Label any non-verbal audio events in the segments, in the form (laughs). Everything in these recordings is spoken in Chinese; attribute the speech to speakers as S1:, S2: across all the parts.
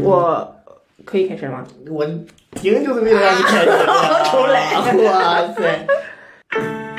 S1: 我可以开始吗？
S2: 我停就是为了让你开始的
S1: 重来
S2: 哇塞！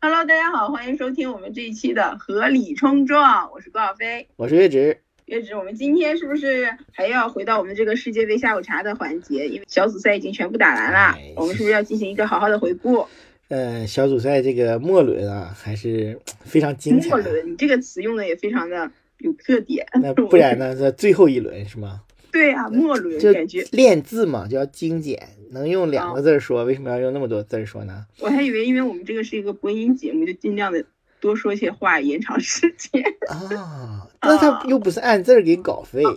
S3: Hello，大家好，欢迎收听我们这一期的合理冲撞，我是郭小飞。
S2: 我是月直，
S3: 月子，我们今天是不是还要回到我们这个世界杯下午茶的环节？因为小组赛已经全部打完了
S2: 哎，
S3: 我们是不是要进行一个好好的回顾？
S2: 呃，小组赛这个末轮啊，还是非常精彩
S3: 末。轮，你这个词用的也非常的有特点。
S2: 那不然呢？这最后一轮是吗？
S3: (laughs) 对啊，末轮
S2: 就
S3: 感觉，啊
S2: 练字嘛，就要精简，能用两个字儿说，为什么要用那么多字儿说呢？
S3: 我还以为因为我们这个是一个播音节目，就尽量的多说些话，延长时间。
S2: 啊，那他又不是按字儿给稿费。
S3: 啊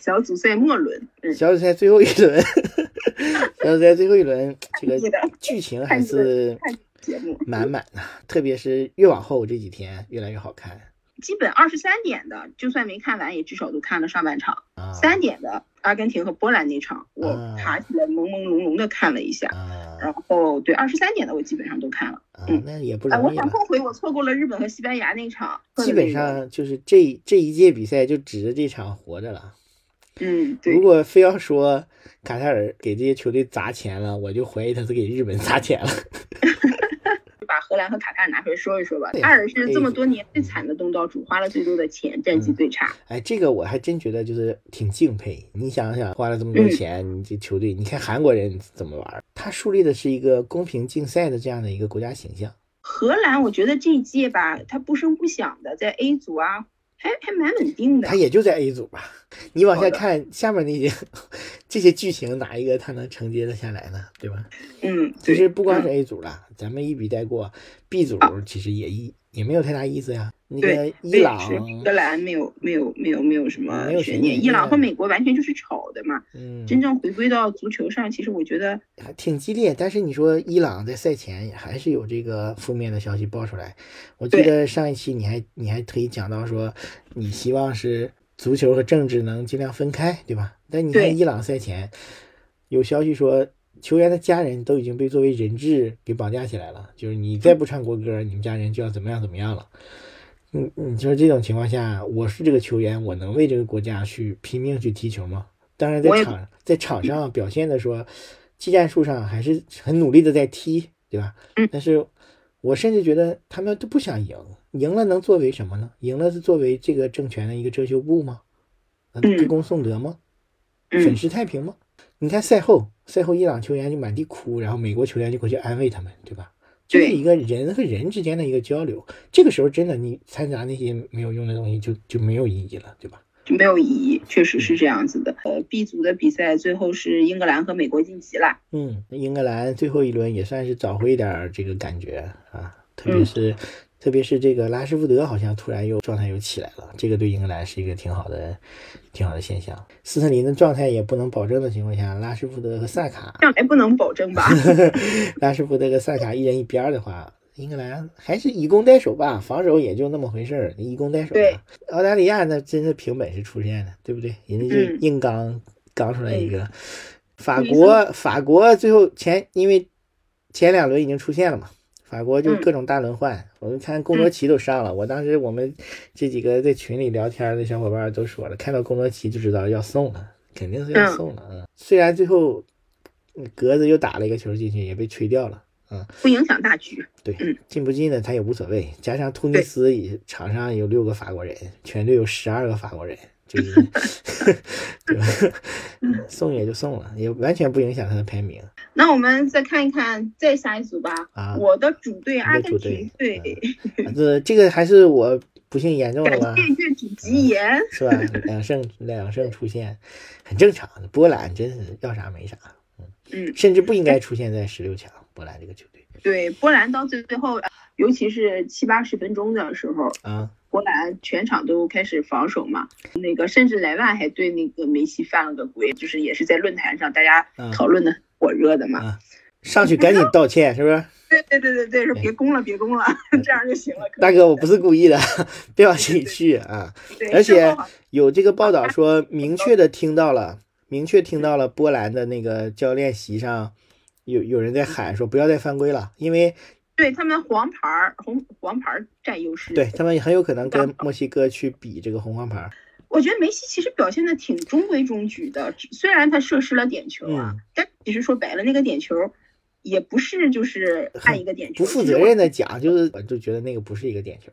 S3: 小组赛末轮，嗯，
S2: 小组赛最后一轮， (laughs) 小组赛最后一轮，这个
S3: 是的
S2: 剧情还是
S3: 看节目
S2: 满满的，特别是越往后这几天越来越好看
S3: 基本二十三点的，就算没看完，也至少都看了上半场。
S2: 啊。
S3: 三点的阿根廷和波兰那场，我
S2: 啊
S3: 爬起来朦朦胧胧的看了一下，
S2: 啊
S3: 然后对二十三点的我基本上都看了。
S2: 啊
S3: 嗯，
S2: 那也不
S3: 哎，我
S2: 容易
S3: 很
S2: 了。
S3: 后悔我错过了日本和西班牙那场。
S2: 基本，上就是这这一届比赛就指着这场活着了。
S3: 嗯，
S2: 如
S3: 对，
S2: 果非要说卡塔尔给这些球队砸钱了，我就怀疑他是给日本砸钱了。
S3: 把荷兰和卡塔尔拿出来说一说吧。
S2: 对
S3: 卡塔尔是这么多年
S2: 哎
S3: 最惨的东道主，花了最多的钱，战绩最差。
S2: 哎，这个我还真觉得就是挺敬佩。你想想，花了这么
S3: 嗯
S2: 多钱，你这球队，你看韩国人怎么玩儿？他树立的是一个公平竞赛的这样的一个国家形象。
S3: 荷兰，我觉得这一届吧，他不声不响的在 A 组啊，还还蛮稳定的
S2: 他。也就在 A 组吧。你往下
S3: 好的
S2: 看下面那些 (laughs) 这些剧情，哪一个他能承接得下来呢？对吧？
S3: 嗯，
S2: 其
S3: 对
S2: 实不
S3: 嗯
S2: 光
S3: 啊
S2: 是 A 组了，咱们一笔带过。B 组其实也一也没有太大意思呀。那个
S3: 嗯对
S2: 伊朗，
S3: 是荷兰没有没有没有没有什么
S2: 没有悬
S3: 悬
S2: 念
S3: 念，伊朗和
S2: 对啊
S3: 美国完全就是炒的嘛。
S2: 嗯，
S3: 真正回归到足球上，其实我觉得
S2: 还挺激烈。但是你说伊朗在赛前也还是有这个负面的消息爆出来。我记
S3: 对
S2: 得上一期你还你还特意讲到说，你希望是足球和政治能尽量分开，对吧？但你
S3: 对
S2: 看伊朗赛前有消息说，球员的家人都已经被作为人质给绑架起来了，就是你
S3: 嗯
S2: 再不唱国歌，你们家人就要怎么样怎么样了。你嗯你说这种情况下，我是这个球员，我能为这个国家去拼命去踢球吗？当然，在
S3: 我也
S2: 场在场上表现的说，技战术上还是很努力的在踢，对吧？
S3: 嗯
S2: 但是我甚至觉得他们都不想赢，赢了能作为什么呢？赢了是作为这个政权的一个遮羞布吗？呃
S3: 嗯
S2: 歌功颂德吗？粉
S3: 嗯，
S2: 饰太平吗？你看赛后，赛后伊朗球员就满地哭，然后美国球员就过去安慰他们，对吧？这
S3: 对
S2: 是一个人和人之间的一个交流。这个时候，真的你掺杂那些没有用的东西就，就没有意义了，对吧？
S3: 就没有意义，确实
S2: 嗯
S3: 是这样子的。呃，B 组的比赛最后是英格兰和美国晋级了，
S2: 嗯，英格兰最后一轮也算是找回一点儿这个感觉啊，特别
S3: 嗯
S2: 是、特别是这个拉什福德好像突然又状态又起来了，这个对英格兰是一个挺好的挺好的现象。斯特林的状态也不能保证的情况下，拉什福德和萨卡
S3: 将来不能保证
S2: (laughs)
S3: 吧？
S2: 拉什福德和萨卡一人一边儿的话，英格兰还是以攻代守吧，防守也就那么回事儿，以攻代守吧。
S3: 对
S2: 澳大利亚那真是凭本事出现的，对不对？人家就
S3: 嗯
S2: 硬刚、刚出来一个。法
S3: 你
S2: 国，法国最后前因为前两轮已经出现了嘛，法国就
S3: 嗯
S2: 各种大轮换，我们看贡多齐都上了。我当时我们这几个在群里聊天的小伙伴都说了，看到贡多齐就知道要送了，肯定是要
S3: 嗯
S2: 送了。嗯，虽然最后嗯格子又打了一个球进去，也被吹掉了。
S3: 不影响大局。
S2: 对
S3: 嗯，
S2: 进不进呢，他也无所谓。加上突尼斯也场上有六个法国人，全队有十二个法国人，就是 (laughs) 对吧？ (laughs) 送也就送了，也完全不影响他的排名
S3: 那我们再看一看再下一组吧。
S2: 啊。
S3: 我的主队阿
S2: 你的主
S3: 根
S2: 队
S3: 廷队，
S2: 啊这这个还是我不幸严重了
S3: 感
S2: 吧
S3: 谢？月子吉言，
S2: 是吧？两胜两胜出现，很正常。波兰真是要啥没啥，
S3: 嗯，
S2: 甚至不应该出现在十六强。波兰这个球队
S3: 对，波兰到最最后，尤其是七八十分钟的时候，
S2: 啊，
S3: 波兰全场都开始防守嘛，那个甚至莱万还对那个梅西犯了个规，就是也是在论坛上大家
S2: 嗯
S3: 讨论的火热的嘛。
S2: 啊上去赶紧道歉， (laughs) 是不是？
S3: 对对对对对，说别攻了，别攻了， (laughs) 这样就行了。可以
S2: 哎嗯大哥，我不是故意的， (laughs) 不要心虚啊。
S3: 对
S2: 而且
S3: 正好
S2: 有这个报道说，明确的听到了，明确听到了波兰的那个教练席上有有人在喊说不要再犯规了，因为
S3: 对他们黄牌儿红黄牌儿占优势。
S2: 对，他们很有可能跟墨西哥去比这个红黄牌。
S3: 我觉得梅西其实表现的挺中规中矩的，虽然他射失了点球啊，
S2: 嗯
S3: 但其实说白了，那个点球也不是就是判一个点球，
S2: 不负责任的讲，就是我就觉得那个不是一个点球，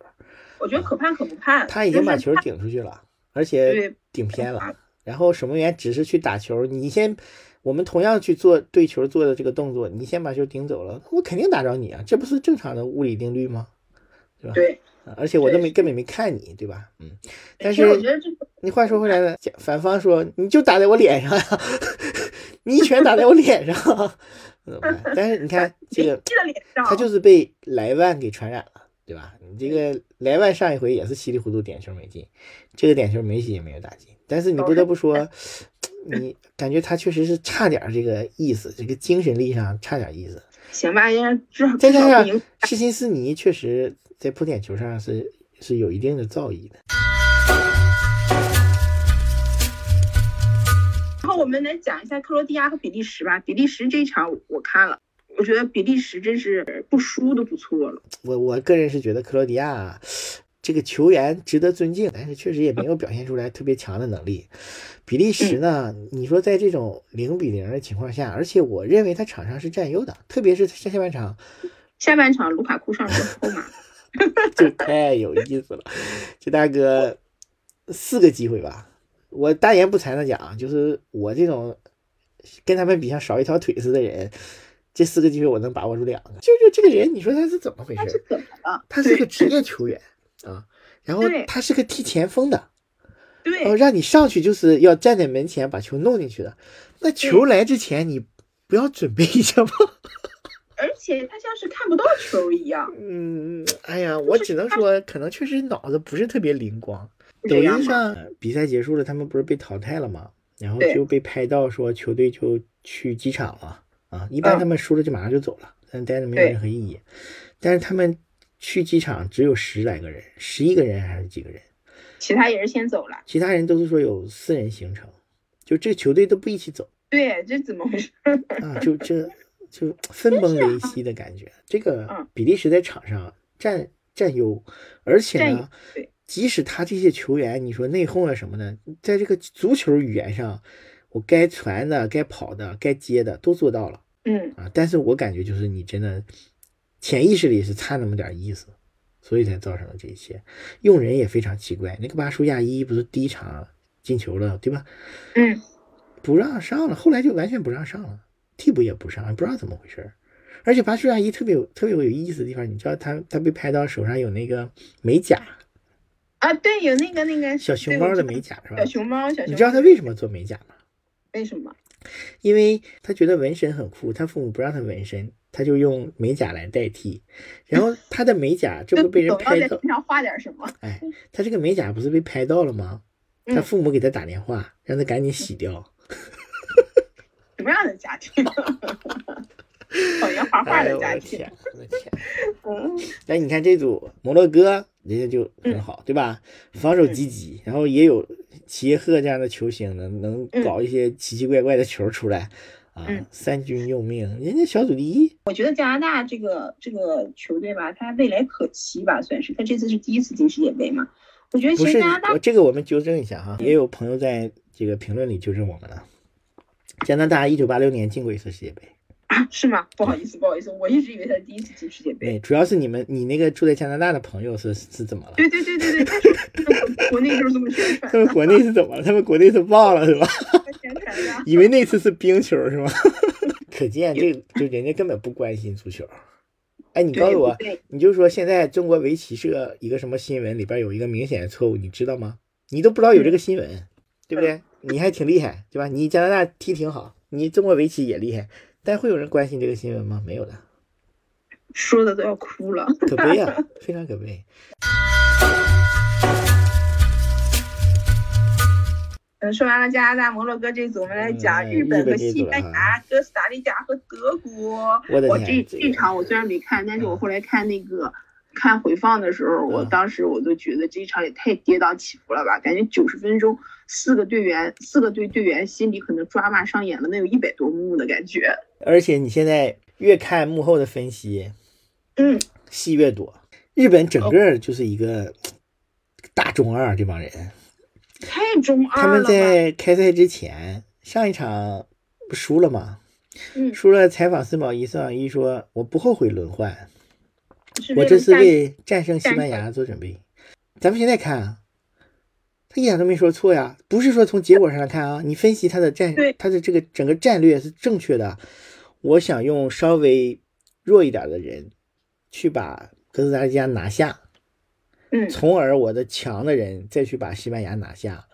S3: 我觉得可判可不判。
S2: 他已经把
S3: 就是
S2: 球顶出去了，而且
S3: 对
S2: 顶偏了。啊然后守门员只是去打球，你先，我们同样去做对球做的这个动作，你先把球顶走了，我肯定打着你啊，这不是正常的物理定律吗？
S3: 对，
S2: 啊而且我都
S3: 对哎
S2: 没根本没看你，对吧？嗯，但
S3: 其实我觉
S2: 是
S3: 得这个
S2: 你话说回来了，甲反方说你就打在我脸上呀、 (laughs) 你一拳打在我脸上， (laughs) 怎么办？但是你看这
S3: 梅
S2: 个，
S3: 西的脸上，
S2: 他就是被莱万给传染了，对吧？你这个莱万上一回也是稀里糊涂点球没进，这个点球梅西也没有打进，但是你不得不说，你感觉他确实是差点这个意思，这个精神力上差点意思。
S3: 行吧，人家至少
S2: 再
S3: 至
S2: 加
S3: 少不
S2: 上
S3: 赢。
S2: 施琴斯尼确实在扑点球上是是有一定的造诣的。
S3: 然后我们来讲一下克罗地亚和比利时吧。比利时这一场我看了，我觉得比利时真是不输都不错了。
S2: 我我个人是觉得克罗地亚这个球员值得尊敬，但是确实也没有表现出来特别强的能力。比利时呢，你说在这种零比零的情况下，而且我认为他场上是占优的，特别是下下半场，
S3: 下半场卢卡库上之后
S2: (laughs)
S3: 嘛，
S2: 这太有意思了。这大哥四个机会吧，我大言不惭的讲，就是我这种跟他们比像少一条腿似的人，这四个机会我能把握住两个。就就这个人，你说他是怎么回
S3: 他
S2: 事
S3: 是？怎么了？
S2: 他是个职业球员啊，然后
S3: 对
S2: 他是个踢前锋的，
S3: 对
S2: 哦，让你上去就是要站在门前把球弄进去的。那球来之前你不要准备一下吗？ (laughs)
S3: 而且他像是看不到球一样，
S2: 嗯，哎呀，我只能 (laughs) 说，可能确实脑子不是特别灵光。抖
S3: 这样
S2: 音
S3: 吗？
S2: 上呃比赛结束了，他们不是被淘汰了吗？然后
S3: 对
S2: 就被拍到说球队就去机场了啊。一般
S3: 嗯
S2: 他们输了就马上就走了，但待着没有
S3: 对
S2: 任何意义。但是他们去机场只有十来个人，十一个人还是几个人？
S3: 其他也是先走了。
S2: 其他人都是说有私人行程，就这个球队都不一起
S3: (laughs)
S2: 走
S3: 对，这怎么回事？
S2: 啊，就这就分崩离析的感觉。这个
S3: 嗯
S2: 比利时在场上占占优，而且
S3: 占
S2: 呢
S3: 优对，
S2: 即使他这些球员你说内讧啊什么的，在这个足球语言上，我该传的、该跑的、该接的都做到了
S3: 嗯，
S2: 啊，但是我感觉就是你真的潜意识里是差那么点意思。所以才造成了这一切，用人也非常奇怪。那个巴舒亚伊不是第一场进球了，对吧？
S3: 嗯，
S2: 不让上了，后来就完全不让上了，替补也不上，不知道怎么回事儿。而且巴舒亚伊特别有特别有意思的地方，你知道他他被拍到手上有那个美甲，
S3: 啊，对，有那个那个
S2: 小熊
S3: 对我
S2: 猫
S3: 知
S2: 的
S3: 道
S2: 美甲是吧
S3: 小？熊猫，小熊
S2: 你知道他为什么做美甲吗？
S3: 为什么？
S2: 因为他觉得纹身很酷，他父母不让他纹身，他就用美甲来代替。
S3: (laughs)
S2: 然后他的美甲这
S3: 就
S2: 不被人
S3: 总要
S2: 拍
S3: 在
S2: 到
S3: 身，上画点什么？
S2: 哎，他这个美甲不是被拍到了吗？他
S3: 嗯
S2: 父母给他打电话，让他赶紧洗掉。
S3: 什么样的家庭？ (laughs) 草原画画
S2: 哎
S3: 的
S2: 呦我
S3: 家
S2: 的
S3: 庭。 (laughs)
S2: 天，我的天！
S3: 嗯，
S2: 但哎你看这组摩洛哥，人家就很好，对吧？防
S3: 嗯
S2: 守积极，然后也有齐耶赫这样的球星能能
S3: 嗯
S2: 搞一些奇奇怪怪的球出来，啊，
S3: 嗯
S2: 三军用命，人家小组第一，
S3: 我觉得加拿大这个这个球队吧，他未来可期吧，算是他这次是第一次进世界杯嘛。我觉得
S2: 不
S3: 其
S2: 是
S3: 实加拿大
S2: 我这个我们纠正一下哈，也有朋友在这个评论里纠正我们了，加拿大一九八六年进过一次世界杯，
S3: 啊，是吗？不好意思，不好意思，我一直以为他是第一次进世界杯。
S2: 哎对，主要是你们你那个住在加拿大的朋友是是怎么了？
S3: 对对对对对，他说他 (laughs) 国内就是这么宣
S2: (laughs)
S3: 传
S2: 他们国内是怎么了？他们国内是忘了是吧？ (laughs)
S3: 宣传的。
S2: 以为那次是冰球是吗？ (laughs) 可见这就人家根本不关心足球。哎，你
S3: 对
S2: 告诉我，
S3: 对
S2: 你就说现在中国围棋社一个什么新闻里边有一个明显的错误，你知道吗？你都不知道有这个新闻，对不对？ (laughs) 你还挺厉害，对吧？你加拿大踢挺好，你中国围棋也厉害，但会有人关心这个新闻吗？没有的，
S3: 说的都要哭了。
S2: 可悲啊，非常可悲。
S3: 嗯，说完了加拿大、摩洛哥这组，我们来讲
S2: 嗯
S3: 日本
S2: 日本
S3: 和
S2: 这
S3: 西
S2: 组
S3: 班牙、哥斯达黎加和德国。
S2: 我的
S3: 我
S2: 天啊
S3: 这
S2: 这
S3: 这
S2: 个
S3: 场我虽然没看，但是我后来看那个看回放的时候，我
S2: 嗯
S3: 当时我都觉得这一场也太跌宕起伏了吧！感觉九十分钟，四个队员，四个队队员心里可能抓马上演了能有一百多幕的感觉。
S2: 而且你现在越看幕后的分析，
S3: 嗯，
S2: 戏越多。日本整个就是一个大中二这帮人，
S3: 太中
S2: 他
S3: 二了
S2: 们
S3: 吧？
S2: 在开赛之前上一场不输了吗？
S3: 嗯，
S2: 输了采访森保一，森保一说：“我不后悔轮换，
S3: 是
S2: 我
S3: 为
S2: 这
S3: 了
S2: 是
S3: 下一
S2: 为战胜西班牙做准备。”咱们现在看啊，他一点都没说错呀，不是说从结果上来看啊，你分析他的战
S3: 对，
S2: 他的这个整个战略是正确的。我想用稍微弱一点的人去把哥斯达黎加拿下，
S3: 嗯
S2: 从而我的强的人再去把西班牙拿下。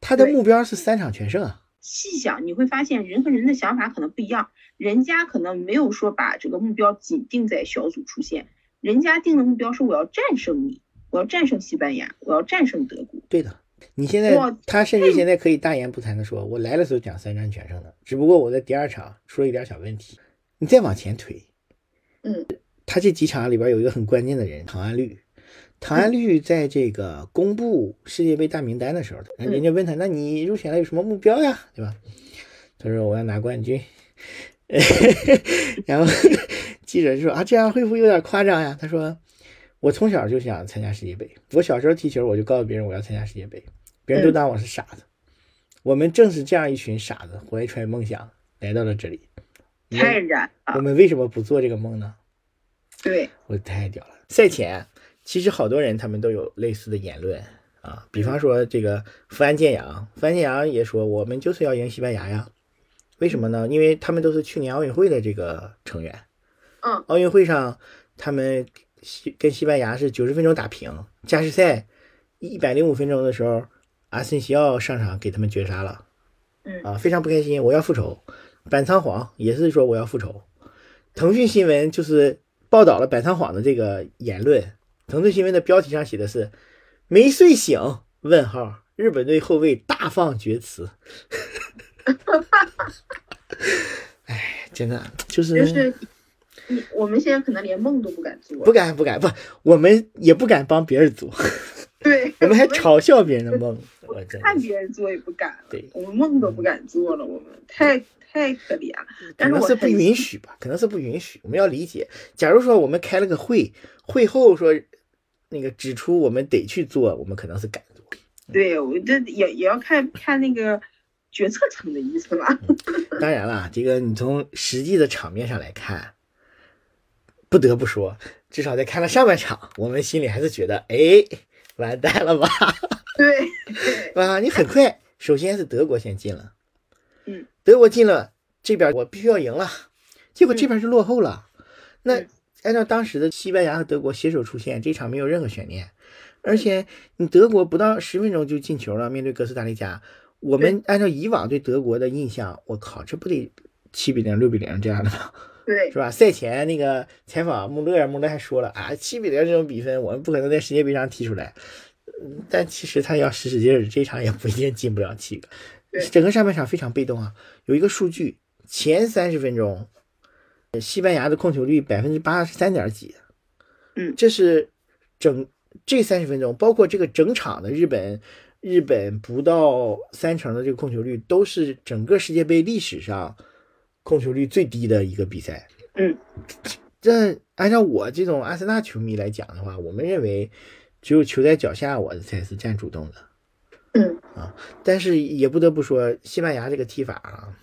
S2: 他的
S3: 对
S2: 目标是三场全胜啊，
S3: 细想，你会发现人和人的想法可能不一样，人家可能没有说把这个目标仅定在小组出线，人家定的目标是我要战胜你，我要战胜西班牙，我要战胜德国。
S2: 对的。你现在
S3: 哇，
S2: 他甚至现在可以大言不惭的说，我来的时候讲三战全胜的，只不过我在第二场出了一点小问题。你再往前推，
S3: 嗯，
S2: 他这几场里边有一个很关键的人，唐安绿。
S3: 嗯
S2: 唐安绿在这个公布世界杯大名单的时候，
S3: 嗯
S2: 人家问他：“那你入选了有什么目标呀？”对吧？他说：“我要拿冠军。”然后 (laughs) 记者就说：“啊，这样会不会有点夸张呀？”他说：“我从小就想参加世界杯，我小时候踢球我就告诉别人我要参加世界杯，别人都
S3: 嗯
S2: 当我是傻子。我们正是这样一群傻子，怀揣梦想来到了这里。我们
S3: 太燃
S2: 我
S3: 了，
S2: 们为什么不做这个梦呢？
S3: 对，
S2: 我太屌了！赛前其实好多人他们都有类似的言论啊，比方说这个福安健洋，福安健洋也说我们就是要赢西班牙呀，为什么呢？因为他们都是去年奥运会的这个成员，
S3: 嗯，
S2: 奥运会上他们西跟西班牙是九十分钟打平，加时赛一百零五分钟的时候，阿森西奥上场给他们绝杀了，
S3: 嗯
S2: 啊，非常不开心，我要复仇。板仓晃也是说我要复仇，腾讯新闻就是报道了板仓晃的这个言论，腾讯新闻的标题上写的是“没睡醒？”问号，日本队后卫大放厥词。 (laughs) 哎，真的就是
S3: 就是你我们现在可能连梦都不敢做，
S2: 嗯不敢不敢不，我们也不敢帮别人
S3: (laughs)
S2: 做，
S3: 对，
S2: 我们还嘲笑别人的梦。我
S3: (laughs)
S2: 真
S3: 看
S2: 的
S3: 别人做也不敢了，
S2: 对嗯
S3: 我们梦都不敢做了，我们太太可怜了。
S2: 可
S3: 但是
S2: 能
S3: 我
S2: 是不
S3: 很
S2: 允许吧，可能是不允许。我们要理解。假如说我们开了个会，会后说那个指出我们得去做，我们可能是敢做。
S3: 对我这也也要看看那个决策层的意思吧。
S2: 嗯当然啦，这个你从实际的场面上来看，不得不说，至少在看了上半场，我们心里还是觉得，哎，完蛋了吧？
S3: (laughs) 对，
S2: 啊，你很快，首先是德国先进了，
S3: 嗯，
S2: 德国进了这边，我必须要赢了，结果这边是落后了。那
S3: 嗯
S2: 按照当时的西班牙和德国携手出线，这场没有任何悬念，
S3: 嗯
S2: 而且你德国不到十分钟就进球了，面对哥斯达黎加，我们按照以往对德国的印象，我靠，这不得七比零、六比零这样的吗？
S3: 对
S2: 是，吧？赛前那个采访穆勒，穆勒还说了啊，七比零这种比分，我们不可能在世界杯上踢出来。嗯但其实他要使使劲儿，这场也不一定进不了七个
S3: 对。
S2: 整个上半场非常被动啊。有一个数据，前三十分钟，呃西班牙的控球率百分之八十三点几，
S3: 嗯
S2: 这是整这三十分钟，包括这个整场的日本，日本不到三成的这个控球率，都是整个世界杯历史上控球率最低的一个比赛。
S3: 嗯，
S2: 这按照我这种阿森纳球迷来讲的话，我们认为只有球在脚下，我才是占主动的。
S3: 嗯。
S2: 啊但是也不得不说，西班牙这个踢法啊，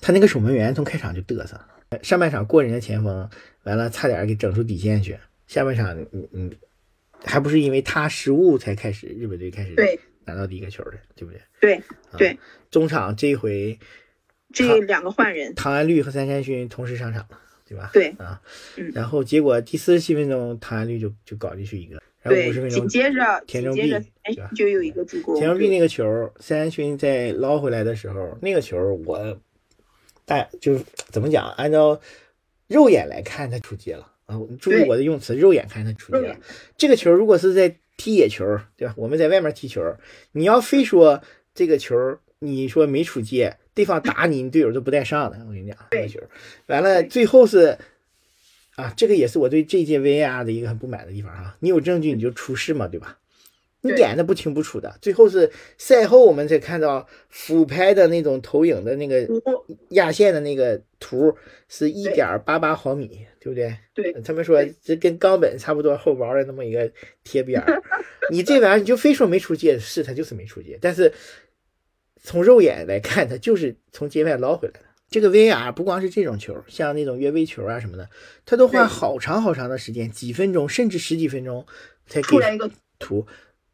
S2: 他那个守门员从开场就嘚瑟，上半场过人家前锋，完了差点给整出底线去，下半场嗯嗯，还不是因为他失误才开始日本队开始
S3: 对
S2: 拿到第一个球的，对不对？
S3: 对
S2: 啊
S3: 对，
S2: 中场这一回
S3: 这两个换人，
S2: 唐安绿和三山勋同时上场了，对吧？
S3: 对
S2: 啊
S3: 嗯，
S2: 然后结果第四十七分钟唐安绿就就搞进去一个， (laughs) 然后
S3: 对
S2: 五十分，钟
S3: 紧接着
S2: 田
S3: 紧
S2: 中
S3: 接着
S2: 碧对吧
S3: 哎就有一个助攻，
S2: 田中碧
S3: 对
S2: 那个球，三山勋在捞回来的时候，那个球我大就是怎么讲，按照肉眼来看，他出界了啊！注意
S3: 对
S2: 我的用词，肉眼看他出界
S3: 肉
S2: 了
S3: 眼。
S2: 这个球如果是在踢野球，对吧？我们在外面踢球，你要非说这个球儿你说没出界，对方打你，你队友都不带上的。我跟你讲，这个球儿，完了最后是啊，这个也是我对这届 VAR 的一个很不满的地方啊。你有证据你就出示嘛，对吧？你
S3: 对
S2: 演的不清不楚的，最后是赛后我们才看到俯拍的那种投影的那个
S3: 我
S2: 压线的那个图是一
S3: 对
S2: 点八八毫米，对不对？
S3: 对
S2: 他们说
S3: 对
S2: 这跟冈本差不多厚薄的那么一个贴边
S3: (laughs)
S2: 儿，你这玩意儿你就非说没出界，是他就是没出界，但是从肉眼来看，他就是从界外捞回来的。这个 VAR 不光是这种球，像那种越位球啊什么的，他都花
S3: 对
S2: 好长好长的时间，几分钟甚至十几分钟才给
S3: 出来一个，
S2: 图，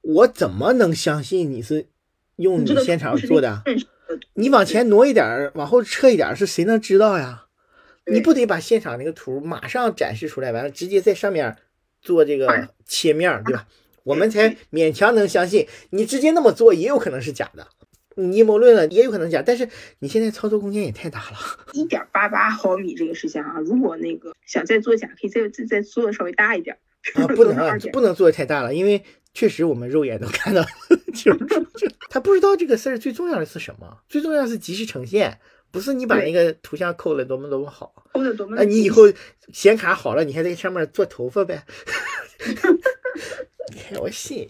S2: 我怎么能相信你是用
S3: 你
S2: 你
S3: 这个
S2: 现场做的啊？
S3: 认识的
S2: 你往前挪一点儿，往后撤一点儿，是谁能知道呀？
S3: 对
S2: 你不得把现场那个图马上展示出来，完了直接在上面做这个切面儿，对吧？我们才勉强能相信，你直接那么做也有可能是假的，你阴谋论了也有可能假，但是你现在操作空间也太大了。
S3: 一点八八毫米这个事情啊，如果那个想再做假，可以再再再做的稍微大一点，
S2: 啊，不
S3: 做
S2: 能
S3: 成
S2: 啊
S3: 二，点
S2: 不能做的太大了，因为确实我们肉眼能看到清楚。 (laughs) 他不知道这个事儿最重要的是什么，最重要的是及时呈现，不是你把那
S3: 对
S2: 个图像抠的多么多么好。
S3: 抠的多么
S2: 那、你以后显卡好了，你还在上面做头发呗？ (laughs) 看我信。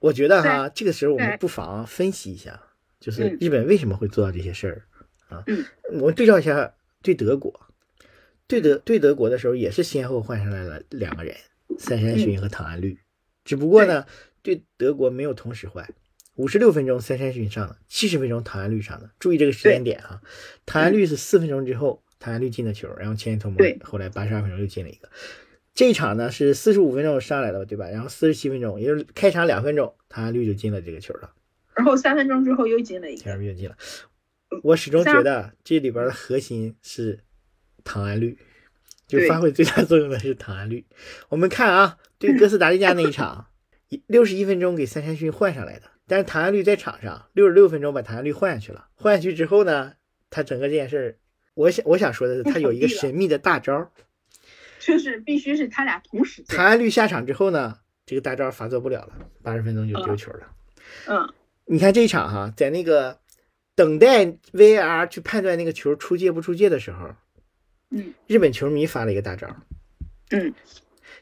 S2: 我觉得哈，这个时候我们
S3: 对
S2: 不妨分析一下，就是
S3: 嗯
S2: 日本为什么会做到这些事儿啊？
S3: 嗯
S2: 我们对照一下对德国，对德对德国的时候也是先后换上来了两个人，三山巡和唐安绿，只不过呢，对德国没有同时换。五十六分钟三山巡上的，七十分钟唐安绿上的。注意这个时间点啊，唐安绿是四分钟之后唐安绿进的球，然后千里同盟
S3: 对
S2: 后来八十二分钟又进了一个。这一场呢是四十五分钟上来了吧，对吧？然后四十七分钟，也就是开场两分钟，唐安绿就进了这个球了，然
S3: 然后三分钟之后又进了一
S2: 前
S3: 个，
S2: 面就进了。我始终觉得这里边的核心是唐安绿，就
S3: 对
S2: 发挥最大作用的是唐安绿。我们看啊，对哥斯达黎加那一场，六十一分钟给三山勋换上来的，但是唐安绿在场上六十六分钟把唐安绿换下去了。换下去之后呢，他整个这件事儿，我想我想说的是，他有一个神秘的大招儿。
S3: 就是必须是他俩同时进
S2: 唐，安绿下场之后呢，这个大招儿发作不了了，八十分钟就丢球了。
S3: 嗯，
S2: 你看这一场哈、在那个等待 VAR 去判断那个球出界不出界的时候，
S3: 嗯，
S2: 日本球迷发了一个大招，
S3: 嗯，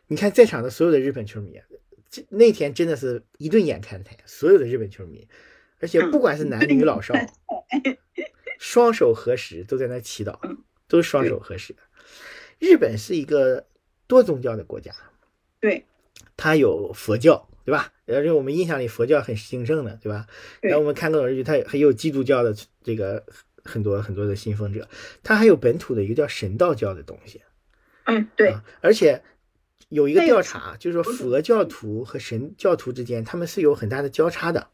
S2: 你看在场的所有的日本球迷啊，这那天真的是一顿眼看台，所有的日本球迷，而且不管是男女老少，
S3: 嗯
S2: (laughs) 双手合十都在那祈祷，都是双手合十。日本是一个多宗教的国家，
S3: 对，
S2: 它有佛教，对吧？而且我们印象里佛教很兴盛的，对吧？
S3: 对
S2: 然后我们看各种日剧，它也有基督教的这个很多很多的信奉者，它还有本土的一个叫神道教的东西。
S3: 嗯，对，
S2: 啊，而且有一个
S3: 那个
S2: 调查，就是说佛教徒和神教徒之间，他们是有很大的交叉的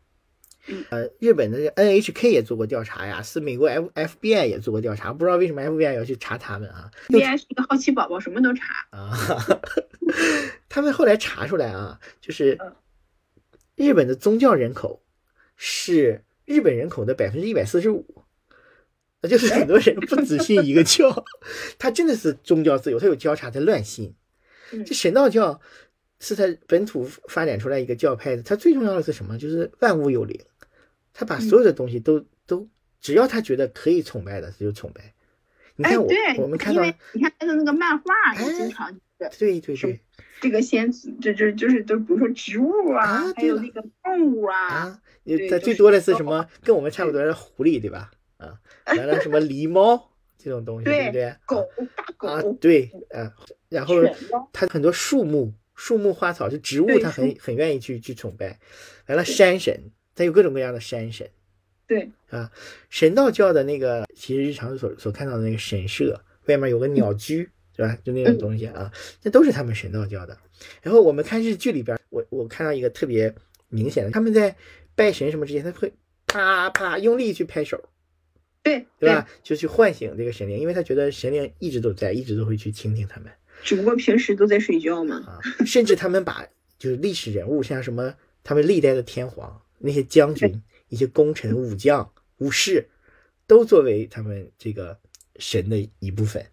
S3: 嗯。
S2: 呃，日本的 NHK 也做过调查呀，是美国 F FBI 也做过调查，不知道为什么 FBI 要去查他们啊。
S3: b i 是一个好奇宝宝，什么都查，
S2: 啊，他们后来查出来啊，就是
S3: 嗯
S2: 日本的宗教人口是日本人口的百分之一百四十五，那就是很多人不只信一个教， (laughs) 他真的是宗教自由，他有交叉，他乱信
S3: 嗯。
S2: 这神道教是他本土发展出来一个教派的，它最重要的是什么？就是万物有灵，他把所有的
S3: 嗯
S2: 东西都、都，只要他觉得可以崇拜的，他就崇拜。你
S3: 哎，
S2: 看我、
S3: 对，
S2: 我们看
S3: 因
S2: 到
S3: 为你看他的那个漫画，
S2: 哎
S3: 就经常就是
S2: 对对
S3: 什么
S2: 对
S3: 这个仙子，就就就是就比如说植物
S2: 啊
S3: 啊，还
S2: 对
S3: 有
S2: 了
S3: 那个动物啊，
S2: 啊，你
S3: 对
S2: 它
S3: 就
S2: 最
S3: 是哦
S2: 多的是
S3: 猫
S2: 什么？跟我们差不多的狐狸，对吧？
S3: (laughs)
S2: 啊，完了什么狸猫这种东西，对
S3: 对
S2: 不对？
S3: 狗大
S2: 啊，
S3: 狗，
S2: 对，啊，然后
S3: 犬猫，
S2: 它很多树木、树木、花草，就植物，
S3: 对
S2: 它
S3: 树
S2: 很很愿意去去崇拜。完了，山神，它有各种各样的山神。
S3: 对，
S2: 啊，神道教的那个，其实日常所所看到的那个神社，外面有个鸟
S3: 嗯
S2: 居，对吧？就那种东西啊，那都是他们神道教的。然后我们看日剧里边，我我看到一个特别明显的，他们在拜神什么之前，他会啪啪用力去拍手，
S3: 对
S2: 对吧？就去唤醒这个神灵，因为他觉得神灵一直都在，一直都会去倾听他们。
S3: 只不过平时都在睡觉嘛，
S2: 啊，甚至他们把就是历史人物，像什么他们历代的天皇、那些将军、一些功臣、武将、武士，都作为他们这个神的一部分。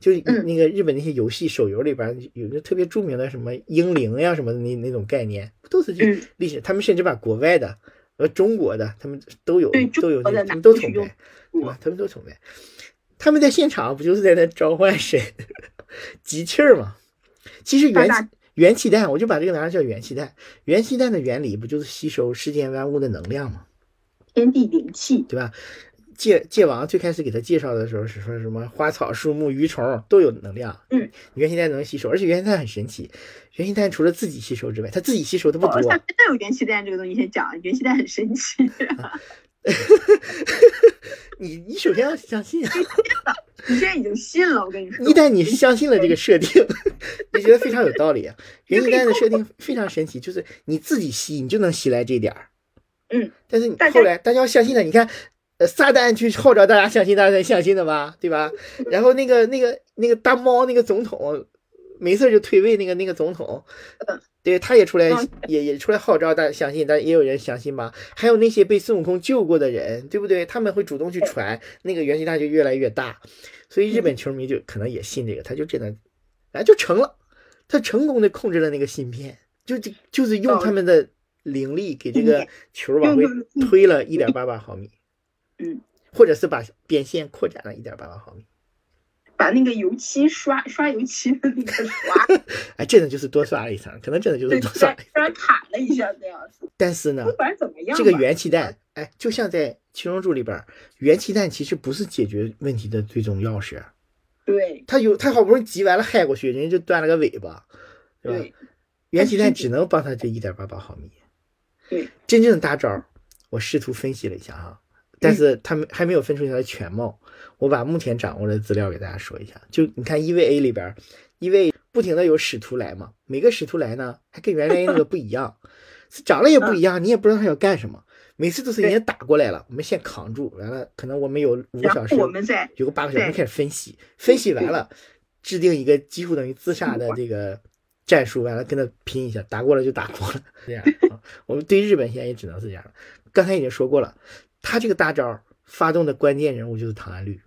S2: 就是
S3: 嗯
S2: 那个日本那些游戏手游里边儿有那特别著名的什么英灵呀什么的那那种概念，不都是这
S3: 嗯
S2: 历史？他们甚至把国外的和中国的他们都有
S3: 对
S2: 都有
S3: 中国
S2: 这
S3: 的
S2: 个，他
S3: 拿
S2: 们都
S3: 去
S2: 崇
S3: 用
S2: 拜，对吧？他们都崇拜。他们在现场不就是在那召唤神集气儿吗？其实
S3: 发
S2: 元
S3: 大
S2: 气元气弹，我就把这个拿来叫元气弹。元气弹的原理不就是吸收世间万物的能量吗？
S3: 天地灵气，
S2: 对吧？界界王最开始给他介绍的时候是说什么花草树木鱼虫都有能量，
S3: 嗯，
S2: 原型弹能吸收，而且原型弹很神奇，原型弹除了自己吸收之外，他自己吸收的不
S3: 网
S2: 多
S3: 上，真的有元气弹这个东西，先讲元气弹很神奇， (laughs)
S2: 你你首先要相信啊，
S3: 你现在已经信了，我跟你说，
S2: 一旦你相信了这个设定， (laughs) 你觉得非常有道理啊。原型弹的设定非常神奇，就是你自己吸，你就能吸来这点儿，
S3: 嗯，
S2: 但是你
S3: 大家
S2: 后来大家要相信的，你看，呃，撒旦去号召大家相信，大家才相信的吧，对
S3: (laughs)
S2: 吧？然后那个那个那个大猫那个总统，没事儿就退位那个那个总统
S3: 嗯，
S2: 对，他也出来
S3: 嗯
S2: 也也出来号召大家相信，但也有人相信吧？还有那些被孙悟空救过的人，对不对？他们会主动去传，那个元气弹就越来越大，所以日
S3: 嗯
S2: 本球迷就可能也信这个，他就真的，哎，就成了，他成功的控制了那个芯片，就就就是用
S3: 哦
S2: 他们的灵力给这个球往回推了一点八八毫米，
S3: 嗯，
S2: 或者是把边线扩展了一点八八毫米，
S3: 把那个油漆刷刷油漆的那个
S2: (laughs)
S3: 刷，
S2: 哎，真的就是多刷了一层，可能真的就是
S3: 对，
S2: 多
S3: 突
S2: 刷了
S3: 然
S2: 一层。
S3: 突然卡了一下那样子，
S2: 但是呢
S3: 不，管怎么样吧，
S2: 这个元气弹，哎，就像在《七龙珠》里边儿，元气弹其实不是解决问题的最终钥匙，啊
S3: 对
S2: 他有他好不容易集完了嗨过去，人家就断了个尾巴，对吧？
S3: 对
S2: 元气弹只能帮他这一点八八毫米。
S3: 对，
S2: 真正的大招儿，我试图分析了一下哈，
S3: 嗯
S2: 但是他们还没有分出它的全貌。我把目前掌握的资料给大家说一下，就你看 EVA 里边儿，EVA 不停的有使徒来嘛，每个使徒来呢还跟原来那个不一
S3: (laughs)
S2: 样，是长得也不
S3: 嗯
S2: 一样，你也不知道他要干什么。每次都是人家打过来了，我们先扛住，完了可能我们有五个
S3: 然
S2: 小时，
S3: 后我们再
S2: 有个八个小时
S3: 对嗯
S2: 开始分析，分析完了，制定一个几乎等于自杀的这个战术，完了跟他拼一下，打过了就打过了，
S3: (laughs)
S2: 这样。啊我们对日本现在也只能是这样了。刚才已经说过了，他这个大招发动的关键人物就是唐安绿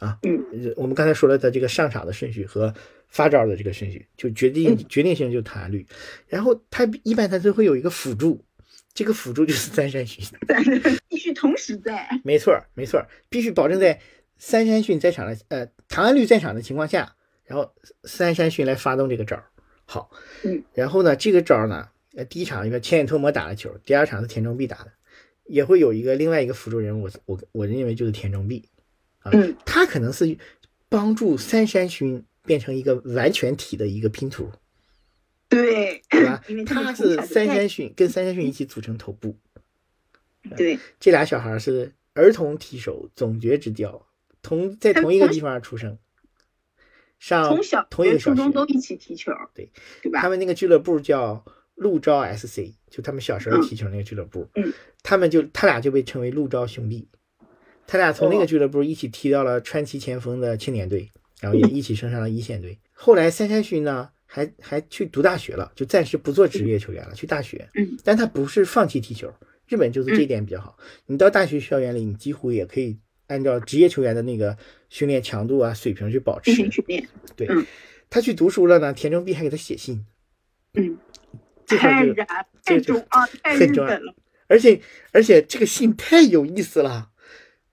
S2: 啊，
S3: 嗯
S2: 呃，我们刚才说了的这个上场的顺序和发招的这个顺序，就决定
S3: 嗯
S2: 决定性就是唐安绿，然后他一般他都会有一个辅助，这个辅助就是三山巡。
S3: (laughs) 必须同时在，
S2: 没错儿，没错儿，必须保证在三山训在场的呃唐安律在场的情况下，然后三山训来发动这个招儿。好，
S3: 嗯，
S2: 然后呢，这个招儿呢，呃，第一场一个千眼托魔打的球，第二场是田中碧打的，也会有一个另外一个辅助人物，我我我认为就是田中碧啊，
S3: 嗯
S2: 他可能是帮助三山勋变成一个完全体的一个
S3: (clears throat)
S2: 拼图，
S3: 对，？
S2: 对吧
S3: 因为他
S2: 他
S3: 们
S2: 是
S3: 从小就
S2: 三
S3: 在
S2: 山勋跟三山勋一起组成头部，嗯
S3: 对
S2: 这俩小孩是儿童提手总决之交，同在同
S3: (laughs)
S2: 一个地方出生，上
S3: 从小
S2: 同一
S3: 学、
S2: 个小
S3: 初中都
S2: 学。
S3: 一起踢球，
S2: 对
S3: 对
S2: 他
S3: 吧？
S2: 们那个俱乐部叫陆招 SC，就他们小时候踢球那个俱乐部。
S3: 嗯
S2: 他们就他俩就被称为陆招兄弟，他俩从那个
S3: 哦
S2: 俱乐部一起踢到了川崎前锋的青年队，然后也一起升上了一线队。后来三山勋呢，还还去读大学了，就暂时不做职业球员了，去大学。
S3: 嗯，
S2: 但他不是放弃踢球，日本就是这一点比较好。
S3: 嗯
S2: 你到大学校园里，你几乎也可以按照职业球员的那个训练强度啊、水平去保持
S3: 进。行训练，
S2: 对
S3: 嗯，
S2: 他去读书了呢，田中碧还给他写信，
S3: 嗯，哎
S2: 这
S3: 太 (laughs)
S2: 块就
S3: 燃，太
S2: 这就
S3: 中二，太
S2: 很
S3: 日
S2: 重要
S3: 本了，
S2: 而且而且这个信太有意思了，